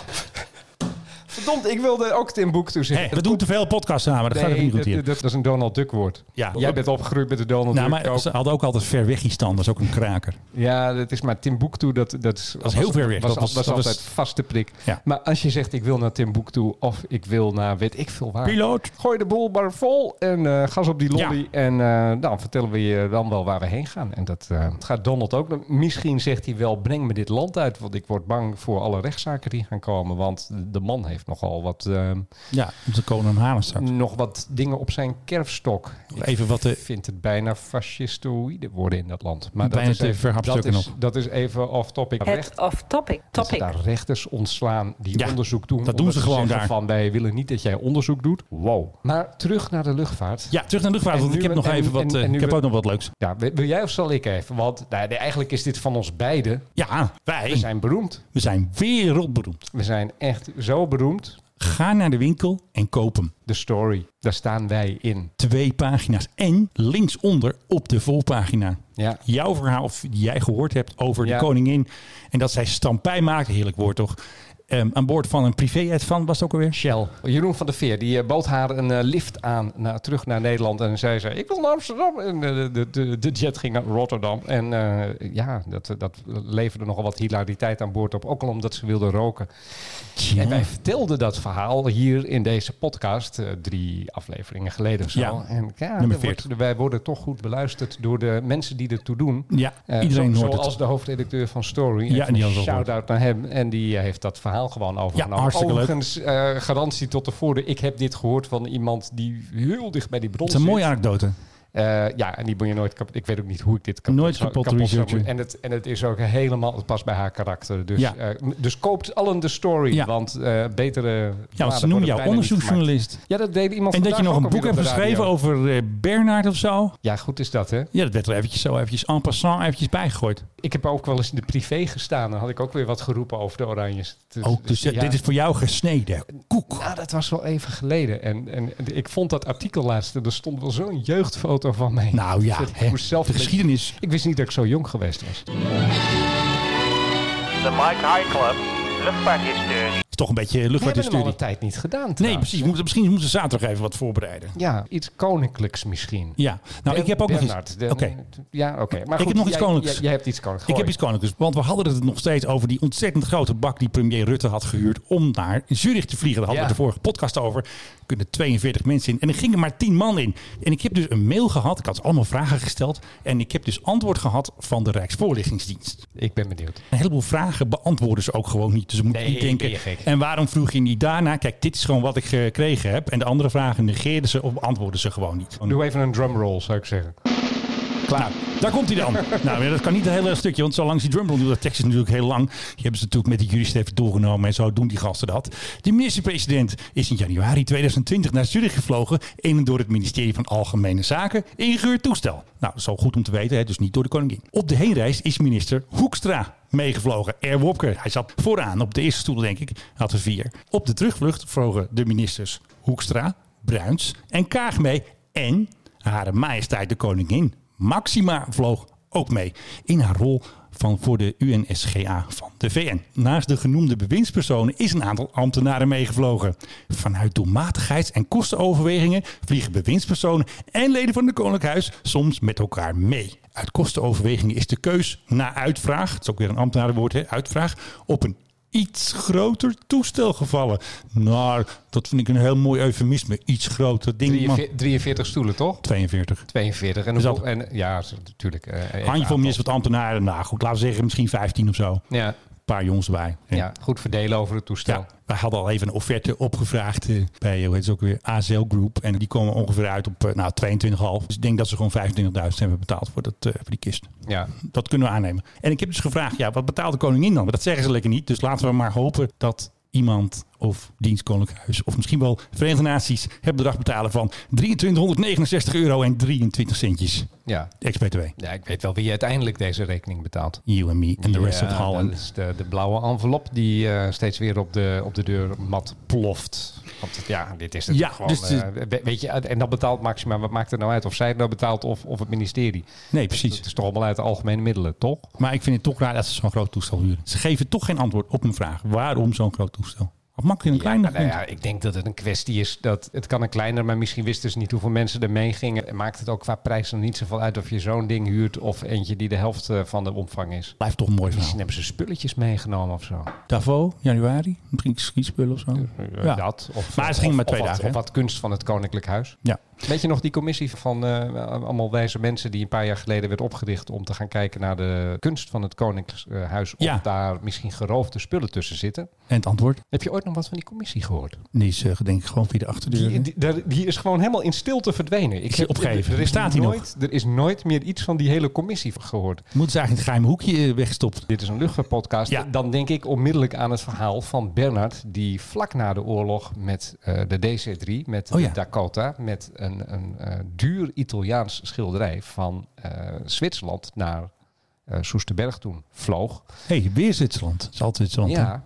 verdomd, ik wilde ook Timbuktu zeggen.
Hé, we doen te veel podcasts samen. Dat
Nee,
gaat ook niet goed
dat,
hier.
dat, dat is een Donald Duck woord.
Ja.
Jij bent opgegroeid met de Donald
nou,
Duck.
maar
ook.
ze hadden ook altijd ver weg dat is ook een kraker.
Ja, dat is maar Timbuktu. Dat, dat is,
is heel ver weg.
Was,
Dat was-
was
dat was-
altijd vaste prik.
Ja.
Maar als je zegt, ik wil naar Timbuktu of ik wil naar weet ik veel waar.
Piloot.
Gooi de boel maar vol en eh, gas op die lolly.
Ja.
En eh, dan vertellen we je dan wel waar we heen gaan. En dat eh, gaat Donald ook. doen. Misschien zegt hij wel, breng me dit land uit. Want ik word bang voor alle rechtszaken die gaan komen. Want de man heeft nogal wat, eh,
Ja, om te komen naar Haarlem straks.
nog wat dingen op zijn kerfstok.
Even wat de...
Ik vind het bijna fascistoïde worden in dat land. Maar
Bijna
dat
te
is even, dat
verhapstukken
is,
nog.
dat is even off topic. Recht-
Het of topic.
dat ze
Topic.
daar rechters ontslaan die
Ja,
onderzoek doen.
dat
omdat
doen ze gewoon
zeggen
daar.
Van wij willen niet dat jij onderzoek doet. Wow. Maar terug naar de luchtvaart.
Ja, terug naar de luchtvaart,
En
want ik
nu
heb
we-
nog
en-
even wat...
en-
eh,
en nu
ik heb
we-
ook nog wat leuks.
Ja, wil, wil jij of zal ik even? Want nou, nee, eigenlijk is dit van ons beiden.
Ja, wij.
We zijn beroemd.
we zijn wereldberoemd.
We zijn echt zo beroemd.
Ga naar de winkel en koop hem.
De story, daar staan wij in.
Twee pagina's. En linksonder op de volpagina.
Ja.
Jouw verhaal of die jij gehoord hebt over
Ja.
de koningin. En dat zij stampij maakte. Heerlijk woord toch? Ehm, aan boord van een privé van was het ook alweer?
Shell. Jeroen van der Veer, die eh, bood haar een eh, lift aan naar, terug naar Nederland. En zij zei, ik wil naar Amsterdam. En eh, de, de, de jet ging naar Rotterdam. En eh, ja, dat, dat leverde nogal wat hilariteit aan boord op. Ook al omdat ze wilden roken. En wij vertelden dat verhaal hier in deze podcast eh, drie afleveringen geleden of zo.
Ja.
En ja,
Nummer
er wordt-
40.
wij worden toch goed beluisterd door de mensen die ertoe doen.
Ja,
Eh,
iedereen
zo-
hoort het.
Zoals de hoofdredacteur van Story.
Ja,
Ja,
die
die
had het al
shout-out naar hem. En die eh, heeft dat verhaal gewoon overgenomen.
hartstikke leuk.
Overigens, eh, garantie tot de voordeur. Ik heb dit gehoord van iemand die heel dicht bij die bron
Het is een
zit.
mooie anekdote.
Eh, ja, en die moet je nooit kapot... Ik weet ook niet hoe ik dit kapot
Nooit
zou-
kapot
zou
researchen.
moeten. En het, en het is ook helemaal... Het past bij haar karakter. Dus,
Ja.
eh, m- dus koopt allen de story.
Ja.
Want eh, betere...
Ja, want ze
bladen
noemen
worden
jou
bijna niet gemaakt.
onderzoeksjournalist.
Ja, dat deed iemand
En dat je
vandaag
nog een
ook
boek
alweer
hebt
op de radio.
geschreven over eh Bernard of zo.
Ja, goed is dat, hè?
Ja, dat werd er eventjes zo eventjes en passant eventjes bijgegooid.
Ik heb ook wel eens in de privé gestaan. Dan had ik ook weer wat geroepen over de Oranjes. Dus-
Ook, dus eh,
ja.
dit is voor jou gesneden. Koek.
Nou, dat was wel even geleden. En, en, en ik vond dat artikel laatst. en Er stond wel zo'n jeugdfoto van mij.
Nou ja,
Dus ik
hè,
moest zelf
de
een beetje-
geschiedenis.
Ik wist niet dat ik zo jong geweest was.
De Mike High Club, luchtvaarthistorie.
Is toch een beetje
We hebben hem al
luchtvaartstudie.
een tijd niet gedaan.
Nee,
trouwens.
precies. We moeten, misschien moeten we zaterdag even wat voorbereiden.
Ja, iets koninklijks misschien.
Ja, nou,
Ben-
ik heb ook nog iets.
Bernard,
Oké.
de- Ja, oké. Maar goed,
heb nog iets
jij-
koninklijks.
Jij, jij hebt iets koninklijks.
Ik heb iets koninklijks. Want we hadden het nog steeds over die ontzettend grote bak die premier Rutte had gehuurd om naar Zurich te vliegen. Daar hadden
Ja.
we de vorige podcast over. Er kunnen 42 mensen in. En er gingen maar 10 man in. En ik heb dus een mail gehad. Ik had allemaal vragen gesteld. En ik heb dus antwoord gehad van de Rijksvoorlichtingsdienst.
Ik ben benieuwd.
Een heleboel vragen beantwoorden ze ook gewoon niet. Dus moet je
Nee,
niet denken.
ben je gek.
En waarom vroeg je niet daarna? Kijk, dit is gewoon wat ik gekregen heb. En de andere vragen negeerden ze of beantwoorden ze gewoon niet.
Doe even een drumroll, zou ik zeggen.
Klaar. Daar komt hij dan. nou, ja, dat kan niet een hele stukje, want zolang ze die drumroll doet, dat tekst is natuurlijk heel lang. Die hebben ze natuurlijk met de juristen even doorgenomen en zo doen die gasten dat. De minister-president is in januari 2020 naar Zurich gevlogen in een door het ministerie van Algemene Zaken ingehuurd toestel. Nou, zo goed om te weten, hè, dus niet door de koningin. Op de heenreis is minister Hoekstra meegevlogen. Air Wopke, hij zat vooraan op de eerste stoel, denk ik, had er vier. Op de terugvlucht vlogen de ministers Hoekstra, Bruins en Kaag mee en Hare Majesteit de Koningin Maxima vloog ook mee in haar rol van voor de UNSGA van de VN. Naast de genoemde bewindspersonen is een aantal ambtenaren meegevlogen. Vanuit doelmatigheids- en kostenoverwegingen vliegen bewindspersonen en leden van het Koninklijk Huis soms met elkaar mee. Uit kostenoverwegingen is de keus na uitvraag, het is ook weer een ambtenarenwoord, hè, uitvraag, op een iets groter toestel gevallen. Nou, dat vind ik een heel mooi eufemisme. Iets groter ding. man.
43, 43 stoelen, toch?
42.
42. En,
Dus
hoe-
dat-
en ja, natuurlijk. eh, even
Handjevol
aantal.
is wat ambtenaren. Nou goed, laten we zeggen misschien 15 of zo.
Ja.
paar jongens bij. En
Ja, goed verdelen over het toestel.
ja, wij hadden al even een offerte opgevraagd eh, bij, hoe heet ze ook weer, AZL Group. En die komen ongeveer uit op eh, nou, 22,5. Dus ik denk dat ze gewoon 25.000 hebben betaald voor, dat, eh, voor die kist.
Ja.
Dat kunnen we aannemen. En ik heb dus gevraagd, ja, wat betaalt de koningin dan? Maar dat zeggen ze lekker niet. Dus laten we maar hopen dat iemand of dienst Koninklijk Huis of misschien wel Verenigde Naties het bedrag betalen van 2369 euro en 23 centjes.
ja.
Ex-BTW.
Ja, ik weet wel wie uiteindelijk deze rekening betaalt.
You and me and the rest
Ja,
of Holland.
Dat is de, de blauwe envelop die eh, steeds weer op de, op de deurmat ploft. Want ja, dit is het
Ja,
gewoon.
dus
eh, we- weet je, en dat betaalt Maxima. Wat maakt het nou uit of zij het nou betaalt of, of het ministerie?
Nee,
Het
precies.
is toch allemaal uit de algemene middelen, toch?
Maar ik vind het toch raar dat ze zo'n groot toestel huren. Ze geven toch geen antwoord op mijn vraag. Waarom zo'n groot toestel? Wat makkelijk een
Ja,
kleiner
nou ja, ik denk dat het een kwestie is dat het kan een kleiner, maar misschien wisten ze niet hoeveel mensen er mee gingen. En Maakt het ook qua prijs nog niet zoveel uit of je zo'n ding huurt of eentje die de helft eh, van de omvang is.
Blijft toch een mooi
Misschien
verhaal.
hebben ze spulletjes meegenomen of zo.
Davo, januari. Misschien skispullen of zo. Ja.
Dat, of,
Maar ze
of-
gingen maar
of
twee
wat-
dagen,
Of
hè?
wat kunst van het Koninklijk Huis.
Ja.
Weet je nog die commissie van eh, allemaal wijze mensen die een paar jaar geleden werd opgericht om te gaan kijken naar de kunst van het Koninklijk eh, Huis? Of
Ja.
daar misschien geroofde spullen tussen zitten.
En het antwoord?
Heb je ooit nog wat van die commissie gehoord?
Die is eh, denk ik gewoon via de achterdeur.
Die, die, daar- die is gewoon helemaal in stilte verdwenen. Ik
zie opgegeven.
Er is,
Bestaat die
nooit, er is nooit meer iets van die hele commissie gehoord.
Moeten ze eigenlijk in het geheime hoekje eh, weggestopt?
Dit is een luchtvaartpodcast.
Ja.
Dan denk ik onmiddellijk aan het verhaal van Bernard, die vlak na de oorlog met eh, de DC-3, met
Oh ja.
de Dakota, met een, een eh, duur Italiaans schilderij van eh, Zwitserland naar eh Soesterberg toen vloog.
Hé, hey, weer Zwitserland. Het is altijd Zwitserland. hè?
Ja,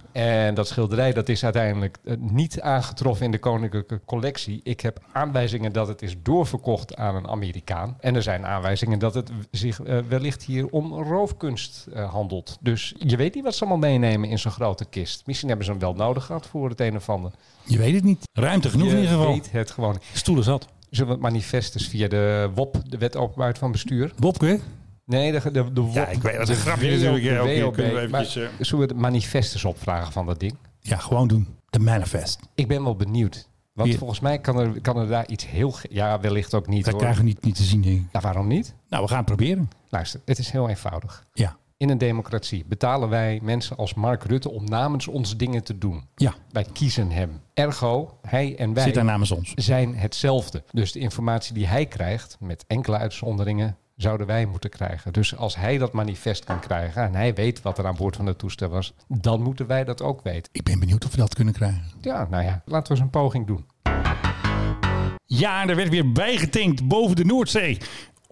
en dat schilderij dat is uiteindelijk eh, niet aangetroffen in de koninklijke collectie. Ik heb aanwijzingen dat het is doorverkocht aan een Amerikaan. En er zijn aanwijzingen dat het w- zich eh, wellicht hier om roofkunst eh, handelt. Dus je weet niet wat ze allemaal meenemen in zo'n grote kist. Misschien hebben ze hem wel nodig gehad voor het een of ander.
Je weet het niet. Ruimte genoeg
je
in ieder geval.
weet het gewoon. niet.
Stoelen zat.
Zullen we het manifest eens via de WOP, de Wet Openbaarheid van Bestuur?
Bobke?
Nee, de, de, de WOP.
Ja, ik weet- dat is een
de
grapje
WOP,
natuurlijk, hè.
de
Oké,
WOP.
kunnen we eventjes,
Maar
eh.
Zullen we de manifest eens opvragen van dat ding?
Ja, gewoon doen. De manifest.
Ik ben wel benieuwd. Want
Wie-
volgens mij kan er, kan er daar iets heel... ge- Ja, wellicht ook niet
Dat
hoor.
krijgen we niet, niet te zien, denk ik.
Nou, waarom niet?
Nou, we gaan het proberen.
Luister, het is heel eenvoudig.
Ja.
In een democratie betalen wij mensen als Mark Rutte om namens ons dingen te doen.
Ja.
Wij kiezen hem. Ergo, hij en wij
Zit daar namens ons.
zijn hetzelfde. Dus de informatie die hij krijgt, met enkele uitzonderingen, zouden wij moeten krijgen. Dus als hij dat manifest kan krijgen en hij weet wat er aan boord van het toestel was, dan moeten wij dat ook weten.
Ik ben benieuwd of we dat kunnen krijgen.
Ja, nou ja, laten we eens een poging doen.
Ja, er werd weer bijgetankt boven de Noordzee.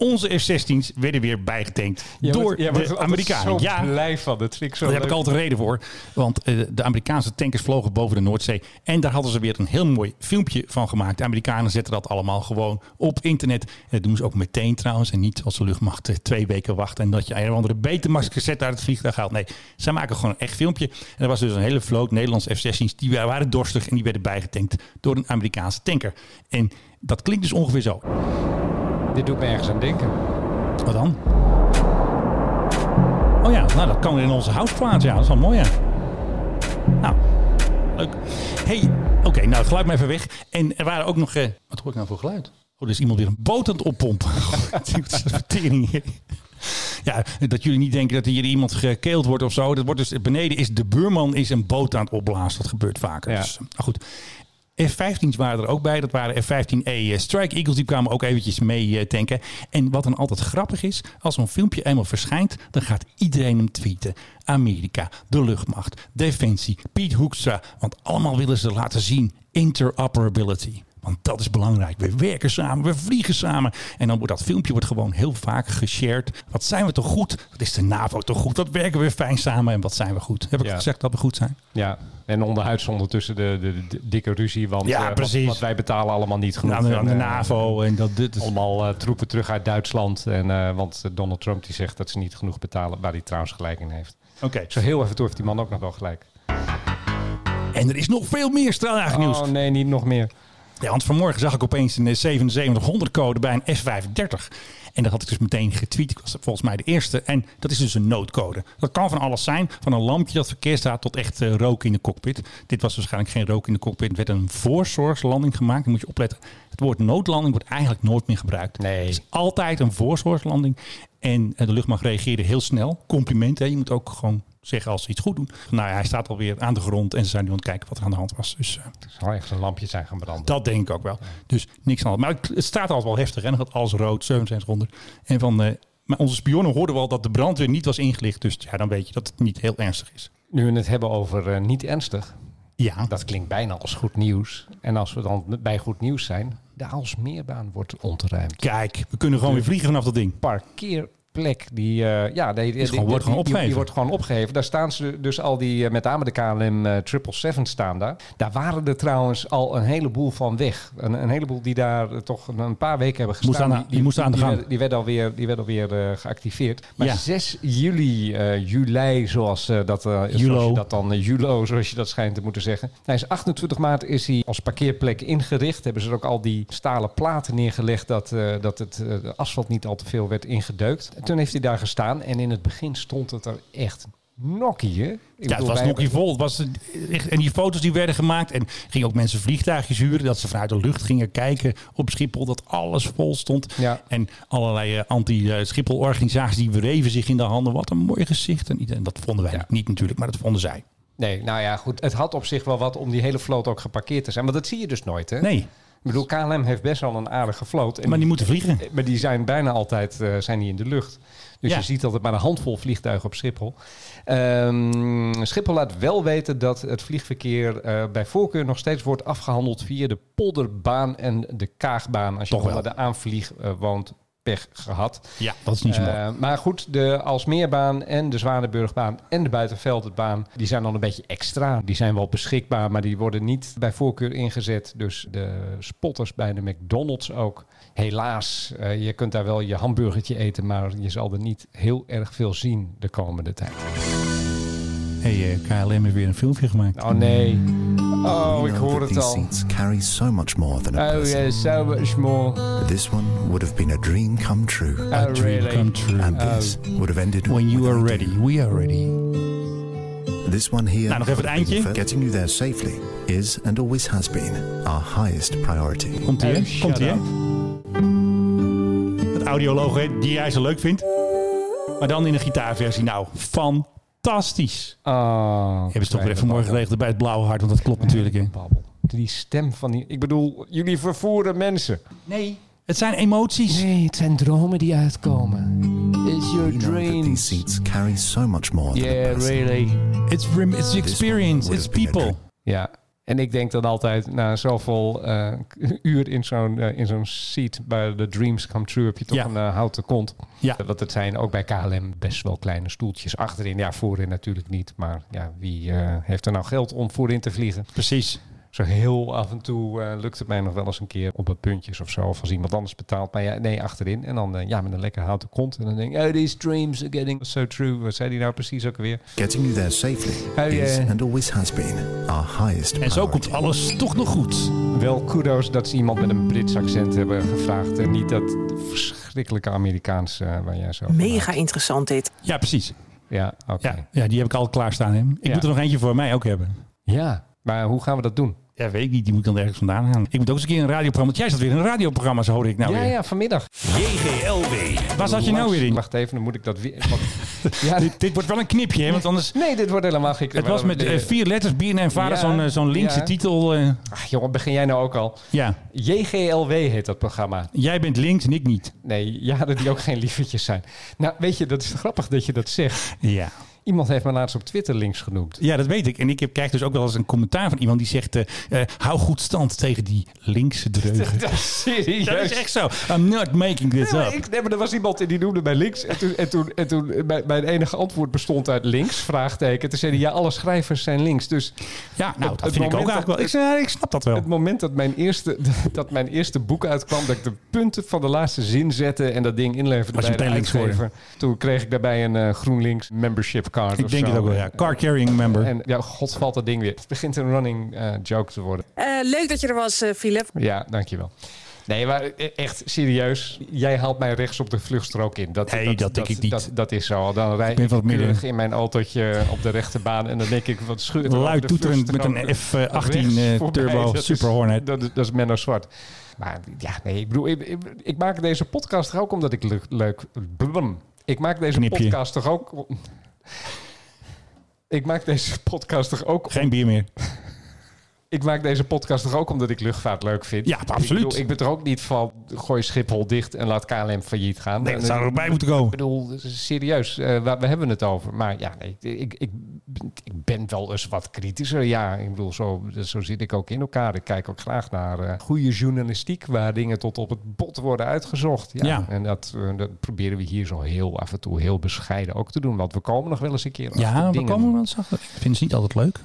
Onze F-16's werden weer bijgetankt
Jij
door
wordt- jij wordt
de
altijd
Amerikanen.
Zo
Ja,
blij van. Dat vind ik zo
Daar
leuk.
heb ik altijd een reden voor. Want eh, de Amerikaanse tankers vlogen boven de Noordzee. En daar hadden ze weer een heel mooi filmpje van gemaakt. De Amerikanen zetten dat allemaal gewoon op internet. En dat doen ze ook meteen trouwens. En niet als de luchtmacht eh, twee weken wacht. En dat je een of andere Betamax cassette uit het vliegtuig haalt. Nee, zij maken gewoon een echt filmpje. En er was dus een hele vloot Nederlandse F-16's. Die waren dorstig en die werden bijgetankt door een Amerikaanse tanker. En dat klinkt dus ongeveer zo.
Dit doet me ergens aan denken.
Wat dan? Oh ja, nou dat kan in onze houseplaats. Ja, dat is wel mooi, ja. Nou, leuk. hey, oké, nou het geluid maar even weg. En er waren ook nog... eh, wat hoor ik nou voor geluid? Oh, er is iemand weer een boot aan het oppompen. Wat is dat voor tering hier? Ja, dat jullie niet denken dat hier iemand gekeeld wordt of zo. Dat wordt dus, beneden is de buurman is een boot aan het opblazen. Dat gebeurt vaker.
Ja.
Dus, eh, maar goed. F-15's waren er ook bij. Dat waren F-15E eh, Strike Eagles. Die kwamen ook eventjes mee eh, tanken. En wat dan altijd grappig is, als zo'n filmpje eenmaal verschijnt, dan gaat iedereen hem tweeten. Amerika, de luchtmacht, Defensie, Piet Hoekstra. Want allemaal willen ze laten zien interoperability. Want dat is belangrijk. We werken samen, we vliegen samen. En dan wordt dat filmpje wordt gewoon heel vaak geshared. Wat zijn we toch goed? Wat is de NAVO toch goed? Wat werken we fijn samen en wat zijn we goed? Heb ik
Ja.
gezegd dat we goed zijn?
Ja, en onderhuis ondertussen de, de, de dikke ruzie. Want,
Ja,
eh, wat-
precies.
wat wij betalen allemaal niet genoeg.
Aan de, aan Nou, de
En, eh,
NAVO en dat dit. is-
Allemaal eh, troepen terug uit Duitsland. En, eh, want eh, Donald Trump die zegt dat ze niet genoeg betalen. Waar hij trouwens gelijk in heeft.
Oké.
Zo heel even toe heeft die man ook nog wel gelijk.
En er is nog veel meer straaljagernieuws.
Oh nee, niet nog meer.
Ja, want vanmorgen zag ik opeens een 7700 code bij een F35. En dat had ik dus meteen getweet. Ik was volgens mij de eerste. En dat is dus een noodcode. Dat kan van alles zijn. Van een lampje dat verkeerd staat tot echt eh, rook in de cockpit. Dit was waarschijnlijk geen rook in de cockpit. Er werd een voorzorgslanding gemaakt. Dan moet je opletten. Het woord noodlanding wordt eigenlijk nooit meer gebruikt.
Nee.
Het is altijd een voorzorgslanding. En eh, de luchtmacht reageerde heel snel. Compliment, hè. je moet ook gewoon zeggen als ze iets goed doen. Nou ja, hij staat alweer aan de grond en ze zijn nu aan het kijken wat er aan de hand was. Dus eh,
Het zal echt een lampje zijn gaan branden.
dat denk ik ook wel. Dus niks aan de hand. Maar het- het staat altijd wel heftig. En dan gaat alles rood, 77 onder. En van, eh, maar onze spionnen hoorden wel dat de brandweer niet was ingelicht. Dus ja, dan weet je dat het niet heel ernstig is.
Nu we het hebben over eh, niet ernstig.
Ja,
Dat klinkt bijna als goed nieuws. En als we dan bij goed nieuws zijn, de Aalsmeerbaan wordt ontruimd.
kijk, we kunnen gewoon weer vliegen vanaf dat ding.
Parkeerplek die, eh, ja, die, die-
gewoon-
die-
wordt gewoon
die- die-
opgeheven.
die wordt gewoon opgeheven. Daar staan ze dus al die, eh, met name de KLM eh, 777 staan daar. Daar waren er trouwens al een heleboel van weg. Een, een heleboel die daar eh, toch een, een paar weken hebben
Moest
gestaan.
aan de- die moesten aan de gang.
werden- die werden alweer, die werden alweer eh, geactiveerd. Maar
Ja.
6 juli, eh, juli, zoals, eh, dat, eh,
Julo.
zoals je dat dan, eh, julo, zoals je dat schijnt te moeten zeggen. Hij is 28 maart is hij als parkeerplek ingericht. Hebben ze er ook al die stalen platen neergelegd dat, eh, dat het eh, asfalt niet al te veel werd ingedeukt. En toen heeft hij daar gestaan en in het begin stond het er echt nokkie. hè? Ik
Ja, het
bedoel,
was
wij-
nog vol. Het was eh, echt, en die foto's die werden gemaakt. En gingen ook mensen vliegtuigjes huren. Dat ze vanuit de lucht gingen kijken op Schiphol. Dat alles vol stond.
Ja.
En allerlei eh, anti-Schiphol-organisaties die wreven zich in de handen. Wat een mooi gezicht. En, ieder- en dat vonden wij
Ja.
niet natuurlijk, maar dat vonden zij.
Nee, nou ja, goed. Het had op zich wel wat om die hele vloot ook geparkeerd te zijn. Maar dat zie je dus nooit, hè?
Nee,
Ik bedoel, KLM heeft best wel een aardige vloot. En
maar die moeten vliegen.
Eh, Maar die zijn bijna altijd eh, zijn die in de lucht. Dus
Ja.
je ziet altijd maar een handvol vliegtuigen op Schiphol. Ehm, Schiphol laat wel weten dat het vliegverkeer eh, bij voorkeur nog steeds wordt afgehandeld via de Polderbaan en de Kaagbaan. Als je
Toch wel.
onder de aanvlieg eh, woont, pech gehad.
Ja, dat is niet zo mooi.
Eh, maar goed, de Alsmeerbaan en de Zwanenburgbaan en de Buitenveldbaan, die zijn dan een beetje extra. Die zijn wel beschikbaar, maar die worden niet bij voorkeur ingezet. Dus de spotters bij de McDonald's ook. Helaas, eh, je kunt daar wel je hamburgertje eten, maar je zal er niet heel erg veel zien de komende tijd.
hey, eh, KLM heeft weer een filmpje gemaakt.
Oh nee. Oh, ik hoor het al.
carry so much more than
Oh yeah, so much more.
this one would have been a dream come true.
A
Oh,
dream
really? Oh,
come true.
This would have ended
When you are ready, we are ready.
This one here.
Nou, nog even het eindje.
Getting you there safely is and always has been our highest priority.
Komt ie,
Oh,
hè?
shut
Komt ie, hè?
up.
Het audiologo, hè, die jij zo leuk vindt. Maar dan in de gitaarversie. Nou, fantastisch.
Oh,
Hebben ze toch weer even mooi geregeld bij het blauwe hart, want dat klopt natuurlijk. Hè.
Babbel. Die stem van die... Ik bedoel, jullie vervoeren mensen.
Nee. Het zijn emoties.
Nee, het zijn dromen die uitkomen. It's your
These
dreams.
seats carry so much more than a
Yeah,
person.
really.
It's, rem- it's experience. It's people.
Ja. En ik denk dan altijd, na zoveel eh, uur in zo'n eh, in zo'n seat bij de Dreams Come True, heb je toch
Ja.
een eh, houten kont.
Ja.
Want het zijn ook bij KLM best wel kleine stoeltjes. Achterin, ja, voorin natuurlijk niet. Maar ja, wie eh, heeft er nou geld om voorin te vliegen?
Precies.
Zo heel af en toe eh, lukt het mij nog wel eens een keer op een puntjes of zo. Of als iemand anders betaalt. Maar ja, nee, achterin. En dan eh, ja, met een lekker houten kont. En dan denk ik, oh, these dreams are getting so true. Wat zei die nou precies ook weer?
Getting you there safely
Oh,
is
yeah.
and always has been our highest
En
Ah,
zo
priority.
komt alles toch nog goed.
Wel kudos dat ze iemand met een Brits accent hebben gevraagd. En niet dat verschrikkelijke Amerikaans eh, waar jij zo...
Mega interessant dit.
Ja, precies.
Ja, oké.
Ja,
Ja.
ja die heb ik al klaarstaan. Hè. Ik
Ja.
moet er nog eentje voor mij ook hebben.
maar hoe gaan we dat doen?
Ja, weet ik niet. Die moet dan ergens vandaan halen. Ik moet ook eens een keer een radioprogramma. Want jij zat weer in een radioprogramma, zo hoorde ik nou
ja,
weer.
ja, vanmiddag.
JGLW. Waar zat je nou
Lars,
weer in?
Wacht even, dan moet ik dat weer... want- ja,
Dit, dit wordt wel een knipje, hè? Want anders...
nee, dit wordt helemaal gek.
Het was met eh, vier letters, bier en vader,
Ja.
zo'n eh, zo'n linkse
Ja.
titel. eh,
Ach, jongen, begin jij nou ook al?
ja,
JGLW heet dat programma.
jij bent links en ik niet.
Nee, jaren die ook geen liefertjes zijn. Nou, weet je, dat is grappig dat je dat zegt.
Ja.
Iemand heeft me laatst op Twitter links genoemd.
Ja, dat weet ik. En ik heb, krijg dus ook wel eens een commentaar van iemand die zegt... eh, eh, hou goed stand tegen die linkse dreugen.
Dat is serieus.
dat is echt zo. I'm not making this
Nee, maar
up.
ik, nee, maar er was iemand en die noemde mij links. En toen, en toen, en toen eh, mijn, mijn enige antwoord bestond uit links, vraagteken. Toen zei hij, ja, alle schrijvers zijn links. Dus
Ja, nou,
het
dat vind ik ook
moment
eigenlijk wel. Ik, zeg, ja, ik snap dat wel.
het moment dat mijn, eerste, dat mijn eerste boek uitkwam... dat ik de punten van de laatste zin zette en dat ding inleverde
Was je
bij de
meteen links
uitgever. Toen kreeg ik daarbij een eh, GroenLinks membership card
Ik
of
denk
zo.
het ook wel, ja. Car carrying member.
En ja, god valt dat ding weer. Het begint een running eh, joke te worden.
Eh, leuk dat je er was, eh, Philip.
Ja, dankjewel. Nee, maar e- echt serieus. Jij haalt mij rechts op de vluchtstrook in. Dat,
Nee, dat denk ik niet.
Dat, dat is zo. Dan rijd
ben
ik
van het midden.
keurig in mijn autootje op de rechterbaan. En dan denk ik, wat schuurt er over
Luid
de
toeterend met
vluchtstrook
een F18
rechts
eh,
voorbij.
Turbo
Dat is-
Super Hornet.
Dat, is- dat is Menno Zwart. Maar ja, nee, ik bedoel, ik, ik, ik maak deze podcast ook omdat ik leuk, leuk, blum, Ik maak deze
Knipje.
podcast toch ook... om- ik maak deze podcast toch ook...
Geen bier meer.
Ik maak deze podcast toch ook omdat ik luchtvaart leuk vind?
Ja, absoluut.
Ik, bedoel, ik ben er ook niet van gooi Schiphol dicht en laat KLM failliet gaan.
Nee, dat
En,
zou er ook
eh,
bij moeten komen.
Ik bedoel, serieus, eh, waar we hebben het over. Maar ja, nee, ik, ik, ik ben wel eens wat kritischer. Ja, ik bedoel, zo, zo zit ik ook in elkaar. Ik kijk ook graag naar eh, goede journalistiek, waar dingen tot op het bot worden uitgezocht. Ja,
Ja.
En dat, eh, dat proberen we hier zo heel af en toe heel bescheiden ook te doen. Want we komen nog wel eens een keer. achter
Ja, we
dingen.
komen wel zachter. Ik vind ze niet altijd leuk.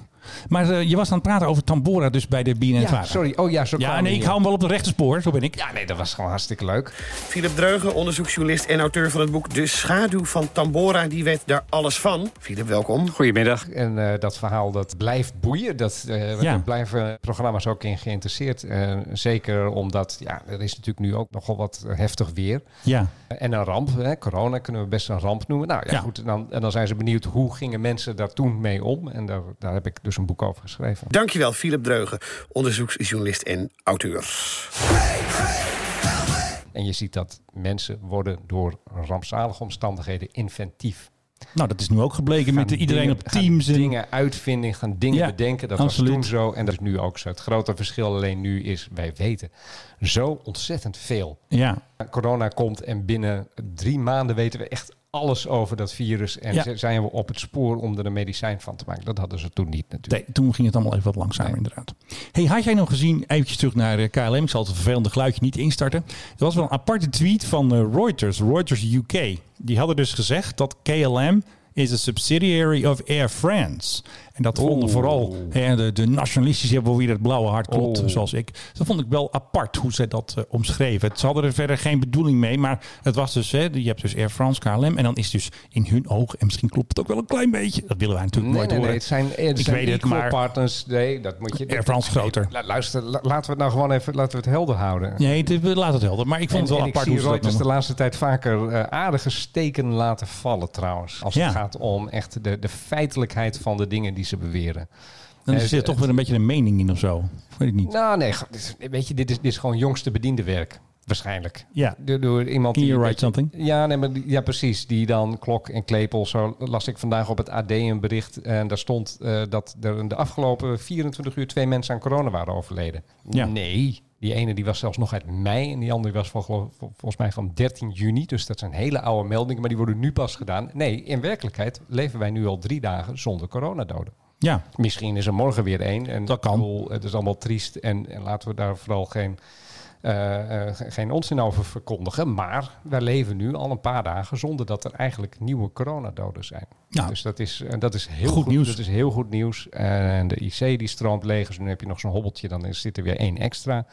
Maar eh, je was aan het praten over Tambora dus bij de BNN
Ja, sorry. Oh ja, zo
Ja,
kwamen
nee,
we
ik
hier.
hou hem wel op de rechterspoor. Zo ben ik.
Ja, nee, dat was gewoon hartstikke leuk.
Philip Dreugen, onderzoeksjournalist en auteur van het boek De Schaduw van Tambora, die weet daar alles van. Philip, welkom.
Goedemiddag. En eh, dat verhaal dat blijft boeien. Dat, eh
Ja.
Daar blijven programma's ook in geïnteresseerd. Eh, zeker omdat ja, er is natuurlijk nu ook nogal wat heftig weer.
Ja.
En een ramp, hè. corona kunnen we best een ramp noemen. Nou ja,
Ja.
goed. En dan, en dan zijn ze benieuwd hoe gingen mensen daar toen mee om. En daar, daar heb ik dus een boek over geschreven.
Dankjewel, Philip Dreugen, onderzoeksjournalist en auteur.
En je ziet dat mensen worden door rampzalige omstandigheden inventief.
Nou, dat is nu ook gebleken met
Gaan
iedereen
dingen-
op
gaan
teams. en-
dingen uitvinden, gaan dingen
Ja,
bedenken. Dat
absoluut.
was toen zo en dat is nu ook zo. Het grote verschil alleen nu is, wij weten zo ontzettend veel.
Ja,
Corona komt en binnen drie maanden weten we echt alles over dat virus. En
Ja.
z- zijn we op het spoor om er een medicijn van te maken. Dat hadden ze toen niet natuurlijk.
nee, toen ging het allemaal even wat langzamer inderdaad. Hey, had jij nog gezien, eventjes terug naar eh, KLM. Ik zal het vervelende geluidje niet instarten. Er was wel een aparte tweet van eh, Reuters, Reuters UK. Die hadden dus gezegd dat KLM is een subsidiary of Air France. En dat vonden
Oeh.
vooral hè, de, de nationalistische hebben wie dat blauwe hart klopt,
Oh.
zoals ik. Dus Dat vond ik wel apart hoe zij dat eh, omschreven. Ze hadden er verder geen bedoeling mee, maar het was dus, hè, je hebt dus Air France, KLM, en dan is dus in hun ogen, en misschien klopt het ook wel een klein beetje, dat willen wij natuurlijk
Nee,
nooit
nee, nee,
horen.
het zijn, eh, het
Ik
zijn
weet het,
equal
maar-
partners. Nee, dat moet je...
Air France groter.
La- Luister, la- laten we het nou gewoon even laten we het helder houden.
Nee, het, we laten het helder. Maar ik vond het
en,
wel
en
apart
ik
hoe
zie
ze dat
Reuters de
noemen.
laatste tijd vaker eh, aardige steken laten vallen trouwens. Als
Ja.
het gaat om echt de, de feitelijkheid van de dingen die ze beweren.
Dan
Eh,
zit er toch weer een beetje een mening in of zo. Of Weet ik niet.
Nou nee, go- dit is- weet je, dit is, dit is gewoon jongste bediende werk. Waarschijnlijk.
Ja.
Door, door iemand
Can you
die-
write something?
Ja, nee, maar die- ja, precies. Die dan klok en klepel. Zo las ik vandaag op het AD een bericht. En daar stond eh, dat er in de afgelopen 24 uur twee mensen aan corona waren overleden.
Ja.
Nee. Die ene die was zelfs nog uit mei en die andere was van, geloof- vol- volgens mij van 13 juni. Dus dat zijn hele oude meldingen, maar die worden nu pas gedaan. Nee, in werkelijkheid leven wij nu al drie dagen zonder coronadoden.
Ja,
Misschien is er morgen weer één. En
Dat kan.
ik bedoel, het is allemaal triest en, en laten we daar vooral geen, eh, eh, ge- geen onzin over verkondigen. Maar wij leven nu al een paar dagen zonder dat er eigenlijk nieuwe coronadoden zijn.
Ja.
Dus dat is, en dat is heel
Goed
goed,
nieuws.
Dat is heel goed nieuws. En de IC die stroomt leeg. Dus nu heb je nog zo'n hobbeltje. Dan is- zit er weer één extra.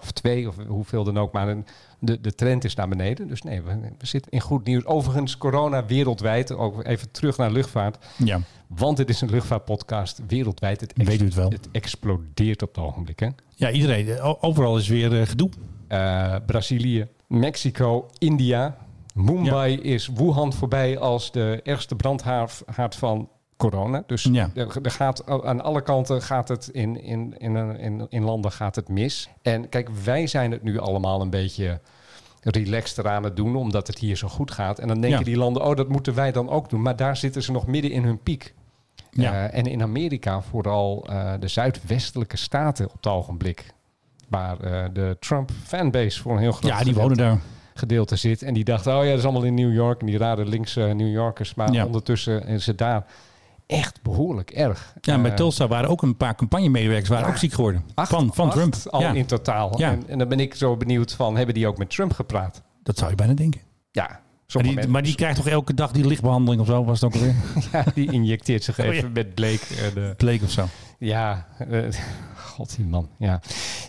Of twee, of hoeveel dan ook. Maar de, de trend is naar beneden. Dus nee, we, we zitten in goed nieuws. Overigens, corona wereldwijd. Ook even terug naar luchtvaart.
ja.
Want dit is een luchtvaartpodcast wereldwijd. Het,
Weet u het wel?
het explodeert op het ogenblik. Hè?
ja iedereen. eh, o- Overal is weer eh, gedoe.
Eh, Brazilië, Mexico, India. Mumbai is Wuhan voorbij als de ergste brandhaard van corona. Dus
Ja.
er, er gaat, aan alle kanten gaat het in, in, in, in, in landen gaat het mis. En kijk, wij zijn het nu allemaal een beetje relaxed eraan het doen, omdat het hier zo goed gaat. En dan denken
Ja.
die landen, oh, dat moeten wij dan ook doen. Maar daar zitten ze nog midden in hun piek.
Ja.
Eh, en in Amerika vooral eh, de zuidwestelijke staten op het ogenblik. Waar eh, de Trump-fanbase voor een heel groot
ja, die
gedeelte-
wonen daar.
gedeelte zit. En die dachten, oh ja, dat is allemaal in New York. En die rare linkse New Yorkers. Maar
Ja.
ondertussen is het daar echt behoorlijk erg.
Ja, en bij
Eh,
Tulsa waren ook een paar campagnemedewerkers waren ook ziek geworden. van van
acht
Trump.
al
Ja,
in totaal.
Ja.
En, en dan ben ik zo benieuwd van, hebben die ook met Trump gepraat?
dat zou je bijna denken.
Ja,
Maar
sommige
die,
mensen-
maar die krijgt toch elke dag die lichtbehandeling of zo? Was het ook alweer?
ja, die injecteert zich even
Oh ja.
met bleek. En, eh,
Bleek of zo.
Ja, eh, god die man. Ja,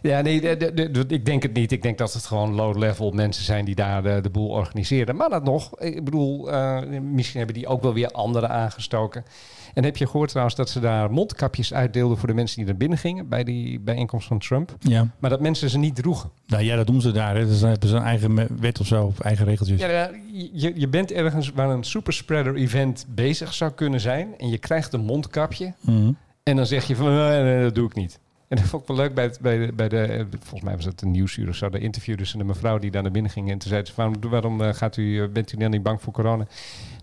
ja nee, de- de- de- ik denk het niet. Ik denk dat het gewoon low-level mensen zijn die daar de, de boel organiseren. Maar dat nog, ik bedoel, eh, misschien hebben die ook wel weer anderen aangestoken. En heb je gehoord trouwens dat ze daar mondkapjes uitdeelden voor de mensen die naar binnen gingen bij die bijeenkomst van Trump?
Ja.
Maar dat mensen ze niet droegen.
Nou ja, dat doen ze daar. Hè. Dus dan hebben ze een eigen me- wet of zo. Of eigen regeltjes.
Ja, ja, je, je bent ergens waar een superspreader event bezig zou kunnen zijn. En je krijgt een mondkapje.
Mhm.
En dan zeg je van, eh, nee, dat doe ik niet. En En dat vond ik wel leuk bij, het, bij, de, bij de... eh, Volgens mij was het een nieuwsuur of zo. Daar interviewden ze een mevrouw die daar naar binnen ging. En toen zei ze, waarom, waarom eh, gaat u, eh, bent u dan niet bang voor corona?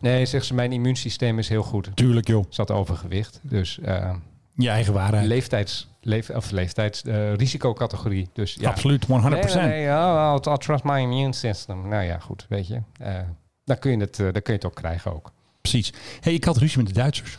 Nee, zegt ze, mijn immuunsysteem is heel goed.
Tuurlijk joh.
Ze had overgewicht. Dus eh,
Je eigen waarheid.
leeftijds... Leef, of leeftijds, eh, risicocategorie. Dus, ja.
Absoluut, 100%.
Nee, nee, nee, oh, I'll, I'll trust my immune system. Nou ja, goed, weet je. Eh, dan, kun je het, eh, dan kun je het ook krijgen ook.
Precies. hey, ik had ruzie met de Duitsers.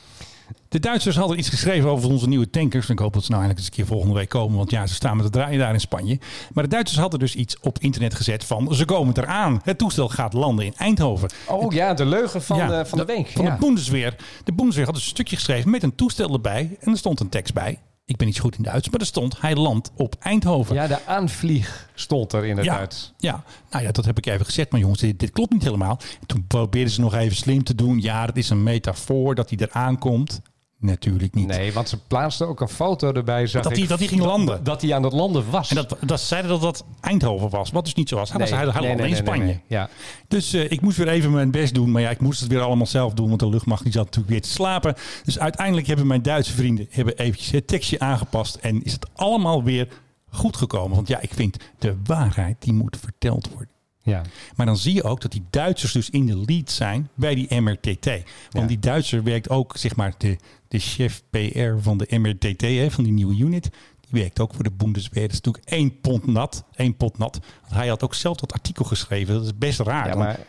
De Duitsers hadden iets geschreven over onze nieuwe tankers. En ik hoop dat ze nou eindelijk eens een keer volgende week komen. Want ja, ze staan met het draaien daar in Spanje. Maar de Duitsers hadden dus iets op internet gezet van... ze komen eraan. Het toestel gaat landen in Eindhoven.
Oh ja, de leugen van,
Ja,
de, van de, week.
Van
ja.
de Bundesweer. De Bundesweer had dus een stukje geschreven met een toestel erbij. En er stond een tekst bij. Ik ben niet zo goed in Duits, maar er stond... hij landt op Eindhoven.
ja, de aanvlieg stond er in het Duits.
Ja, nou ja, dat heb ik even gezegd. Maar jongens, dit, dit klopt niet helemaal. Toen probeerden ze nog even slim te doen. Ja, dat is een metafoor dat hij eraan komt. Natuurlijk niet.
Nee, want ze plaatsten ook een foto erbij. Zag
Dat
ik,
hij- dat hij ging landen.
Dat hij aan het landen was.
En dat, dat zeiden dat dat Eindhoven was, wat dus niet zo was. Hij was
Nee,
hij hij
nee,
landde
nee,
in
nee,
Spanje.
nee, nee. Ja.
Dus eh, ik moest weer even mijn best doen. Maar ja, ik moest het weer allemaal zelf doen, want de luchtmacht die zat natuurlijk weer te slapen. Dus uiteindelijk hebben mijn Duitse vrienden hebben eventjes het tekstje aangepast. En is het allemaal weer goed gekomen. Want ja, ik vind de waarheid die moet verteld worden.
Ja.
Maar dan zie je ook dat die Duitsers dus in de lead zijn bij die MRTT. Want
Ja.
die Duitser werkt ook, zeg maar, de, de chef PR van de MRTT, hè, van die nieuwe unit. Die werkt ook voor de Bundeswehr. Dat is natuurlijk één pond nat. Één pond nat. Want hij had ook zelf dat artikel geschreven. Dat is best raar.
ja,
dan.
maar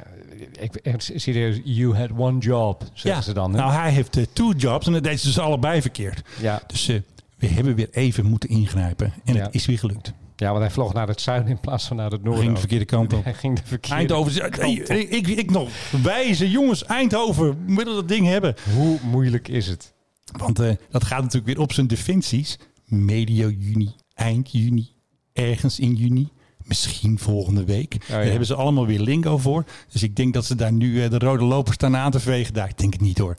eh, ik, eh, serieus, you had one job, zeggen
Ja.
ze dan. hè?
Nou, hij heeft eh, two jobs en dat deed ze dus allebei verkeerd.
ja.
Dus eh, we hebben weer even moeten ingrijpen. En
Ja.
het is weer gelukt.
ja, want hij vloog naar het zuiden in plaats van naar het
We
noorden.
gingen de
ook.
verkeerde kant op.
Hij ging de verkeerde
Eindhoven.
kant op.
Ik, ik, ik nog. Wijze jongens, Eindhoven. We willen dat ding hebben.
Hoe moeilijk is het?
Want eh, dat gaat natuurlijk weer op zijn defensies. Medio juni, eind juni, ergens in juni. Misschien volgende week.
Oh, ja.
Daar hebben ze allemaal weer lingo voor. Dus ik denk dat ze daar nu eh, de rode lopers staan aan te vegen. Daar, ik denk het niet hoor.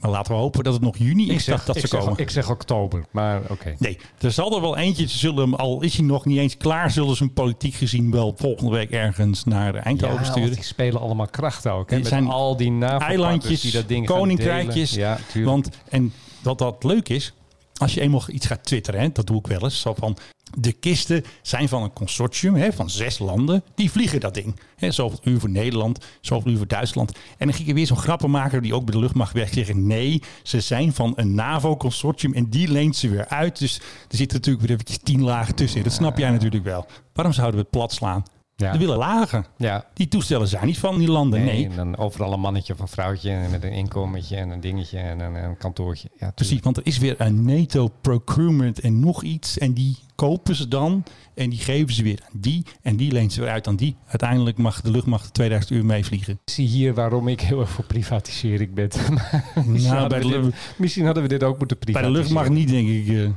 Maar laten we hopen dat het nog juni is dat, dat
ik
ze
zeg-
komen.
ik zeg oktober, maar oké.
Nee, er zal er wel eentje, ze zullen hem, al is hij nog niet eens klaar, zullen ze hem politiek gezien wel volgende week ergens naar
Ja,
Eindhoven
want
sturen.
die spelen allemaal krachten ook. Hè?
Die
Met
zijn
al die NAVO-partners
eilandjes,
die dat ding gaan
koninkrijkjes.
delen. Ja, tuurlijk.
want, en wat dat leuk is, als je eenmaal iets gaat twitteren, hè, dat doe ik wel eens, zo van de kisten zijn van een consortium hè, van zes landen, die vliegen dat ding. Hè, zoveel uur voor Nederland, zoveel uur voor Duitsland. En dan ging er weer zo'n grappenmaker die ook bij de luchtmacht werkt zeggen, nee, ze zijn van een NAVO-consortium en die leent ze weer uit. Dus er zitten natuurlijk weer eventjes tien lagen tussen. Dat snap jij natuurlijk wel. Waarom zouden we het plat slaan?
Ja.
We willen lagen.
ja.
Die toestellen zijn niet van die landen.
Nee,
nee.
En dan overal een mannetje of een vrouwtje en met een inkometje en een dingetje en een, een kantoortje. Ja,
Precies, want er is weer een NATO-procurement en nog iets. En die kopen ze dan. En die geven ze weer aan die. En die leent ze weer uit aan die. Uiteindelijk mag de luchtmacht 2000 uur meevliegen.
Ik zie hier waarom ik heel erg voor privatisering ben. Maar misschien,
Nou, bij
hadden
de,
we
lu-
dit, misschien hadden we dit ook moeten
bij de
privatiseren.
luchtmacht niet, denk ik. eh.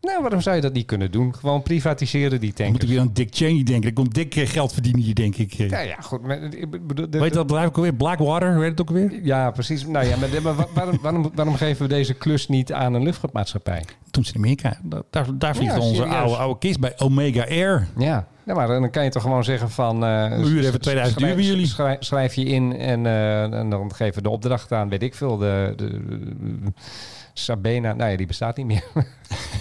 Nou, waarom zou je dat niet kunnen doen? Gewoon privatiseren die
dan moet ik
tankers.
weer aan Dick Cheney denken. Dan komt dik eh, geld verdienen hier, denk ik. eh.
Ja, ja, goed. maar ik bedoel-
Weet dat bedrijf ook alweer? Blackwater, hoe heet het ook alweer?
Ja, precies. Nou ja, maar, maar wa- waarom, waarom, waarom geven we deze klus niet aan een luchtvaartmaatschappij?
Toen ze in Amerika. da- Daar, daar vliegt
Ja,
onze
serieus.
oude, oude kist bij Omega Air.
Ja, ja maar dan kan je toch gewoon zeggen van... eh
Uur hebben
s-
2000 uur bij
schrijf-
jullie.
Schrijf, schrijf je in en, eh, en dan geven we de opdracht aan, weet ik veel, de... de de- Sabena, nou ja, die bestaat niet meer.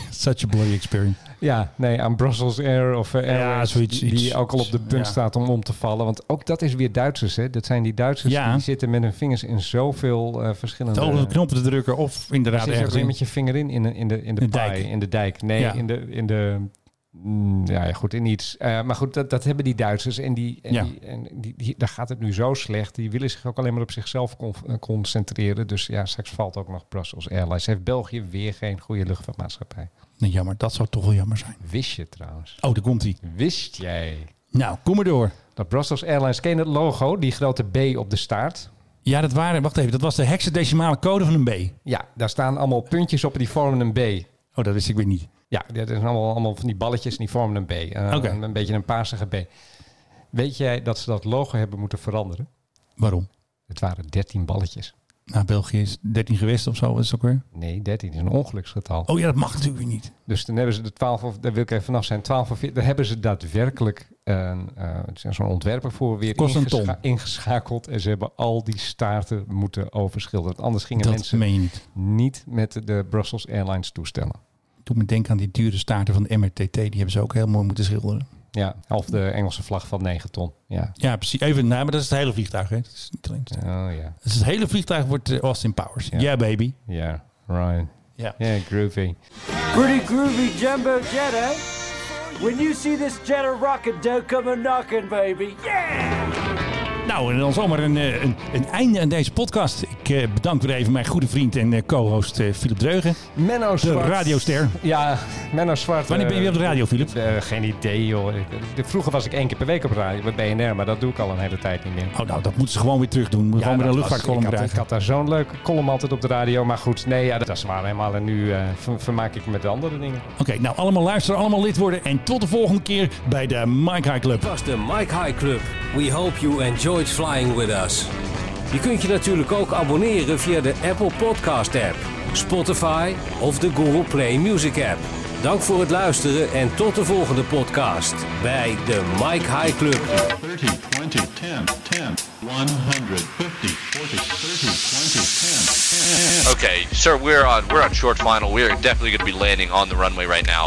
Such a bloody experience.
ja, nee, aan Brussels Air of eh, Airways,
zoiets,
die
iets-
ook al op de punt
ja.
staat om om te vallen. Want ook dat is weer Duitsers, hè. Dat zijn die Duitsers
Ja.
die zitten met hun vingers in zoveel eh, verschillende...
Het over de knoppen te drukken of inderdaad
Zit je ook
ergens
weer
in.
met je vinger in, in, de- in de, in de,
In de
paai,
dijk.
in de dijk. Nee,
Ja.
in de... In de mm, ja, ja, goed, in iets. Eh, maar goed, dat, dat hebben die Duitsers. En, die, en,
Ja.
die, en die, die- daar gaat het nu zo slecht. Die willen zich ook alleen maar op zichzelf con- eh, concentreren. Dus ja, straks valt ook nog Brussels Airlines. Heeft België weer geen goede luchtvaartmaatschappij?
Nee, Nou, jammer, dat zou toch wel jammer zijn.
Wist je trouwens?
Oh, daar komt hij.
Wist jij
Nou, kom maar door.
dat Brussels Airlines, ken je het logo? Die grote B op de staart.
Ja, dat waren, wacht even, dat was de hexadecimale code van een B.
Ja, daar staan allemaal puntjes op en die vormen een B.
Oh, dat wist ik weer niet.
Ja, dat is allemaal, allemaal van die balletjes en die vormen een B. Eh,
Oké.
een, een beetje een paasige B. Weet jij dat ze dat logo hebben moeten veranderen?
Waarom?
Het waren 13 balletjes.
Nou, België is 13 geweest of zo, was het ook weer?
Nee, 13 is een ongeluksgetal.
Oh ja, dat mag natuurlijk weer niet.
Dus dan hebben ze de 12, of, daar wil ik even vanaf zijn, 12 of 14, daar hebben ze daadwerkelijk een, eh, zo'n ontwerper voor weer
Kost een
ingescha- ingeschakeld. En ze hebben al die staarten moeten overschilderen. Want Anders gingen
dat
mensen
meen je niet.
niet met de Brussels Airlines toestellen.
Doet me denken aan die dure staarten van de MRTT. Die hebben ze ook heel mooi moeten schilderen.
Ja, of de Engelse vlag van 9 ton. Ja.
Ja, precies. Even, nou, maar dat is het hele vliegtuig. Hè? Het is niet alleen.
Oh ja.
Dus het hele vliegtuig wordt eh, Austin Powers. Ja, baby.
Ja, Ryan.
Ja.
Ja, groovy.
Pretty groovy jumbo jet, eh? When you see this jet a rocket, don't come a knocking, baby.
Nou, en dan zomaar een, eh, een, een einde aan deze podcast. Ik eh, bedank weer even mijn goede vriend en eh, co-host eh, Philip Dreugen.
Menno
De
Zwart.
radioster.
Ja, Menno Zwart.
Wanneer ben je
eh,
weer op de radio, Philip?
eh, geen idee, joh. Ik- de- Vroeger was ik één keer per week op radio bij BNR, maar dat doe ik al een hele tijd niet meer.
Oh, nou, dat moeten ze gewoon weer terug doen. Moet gewoon weer een
dat was-
luchtvaartcolumn
ik had, ik
bedrijven.
had daar zo'n leuke column altijd op de radio. Maar goed, nee, ja, dat is waar helemaal. En nu eh, ver- vermaak ik me met andere dingen.
Oké, nou, allemaal luisteren, allemaal lid worden. En tot de volgende keer bij de Mike High Club.
was de Mike High Club. We hope you enjoyed flying with us. Je kunt je natuurlijk ook abonneren via de Apple Podcast app, Spotify of de Google Play Music app. Dank voor het luisteren en tot de volgende podcast bij de Mike High Club.
30, 20, 10, 10, 100, 50, 40, 30, 20, 10,
Okay,
10.
sir, we're on we're on short final. We're definitely going to be landing on the runway right now.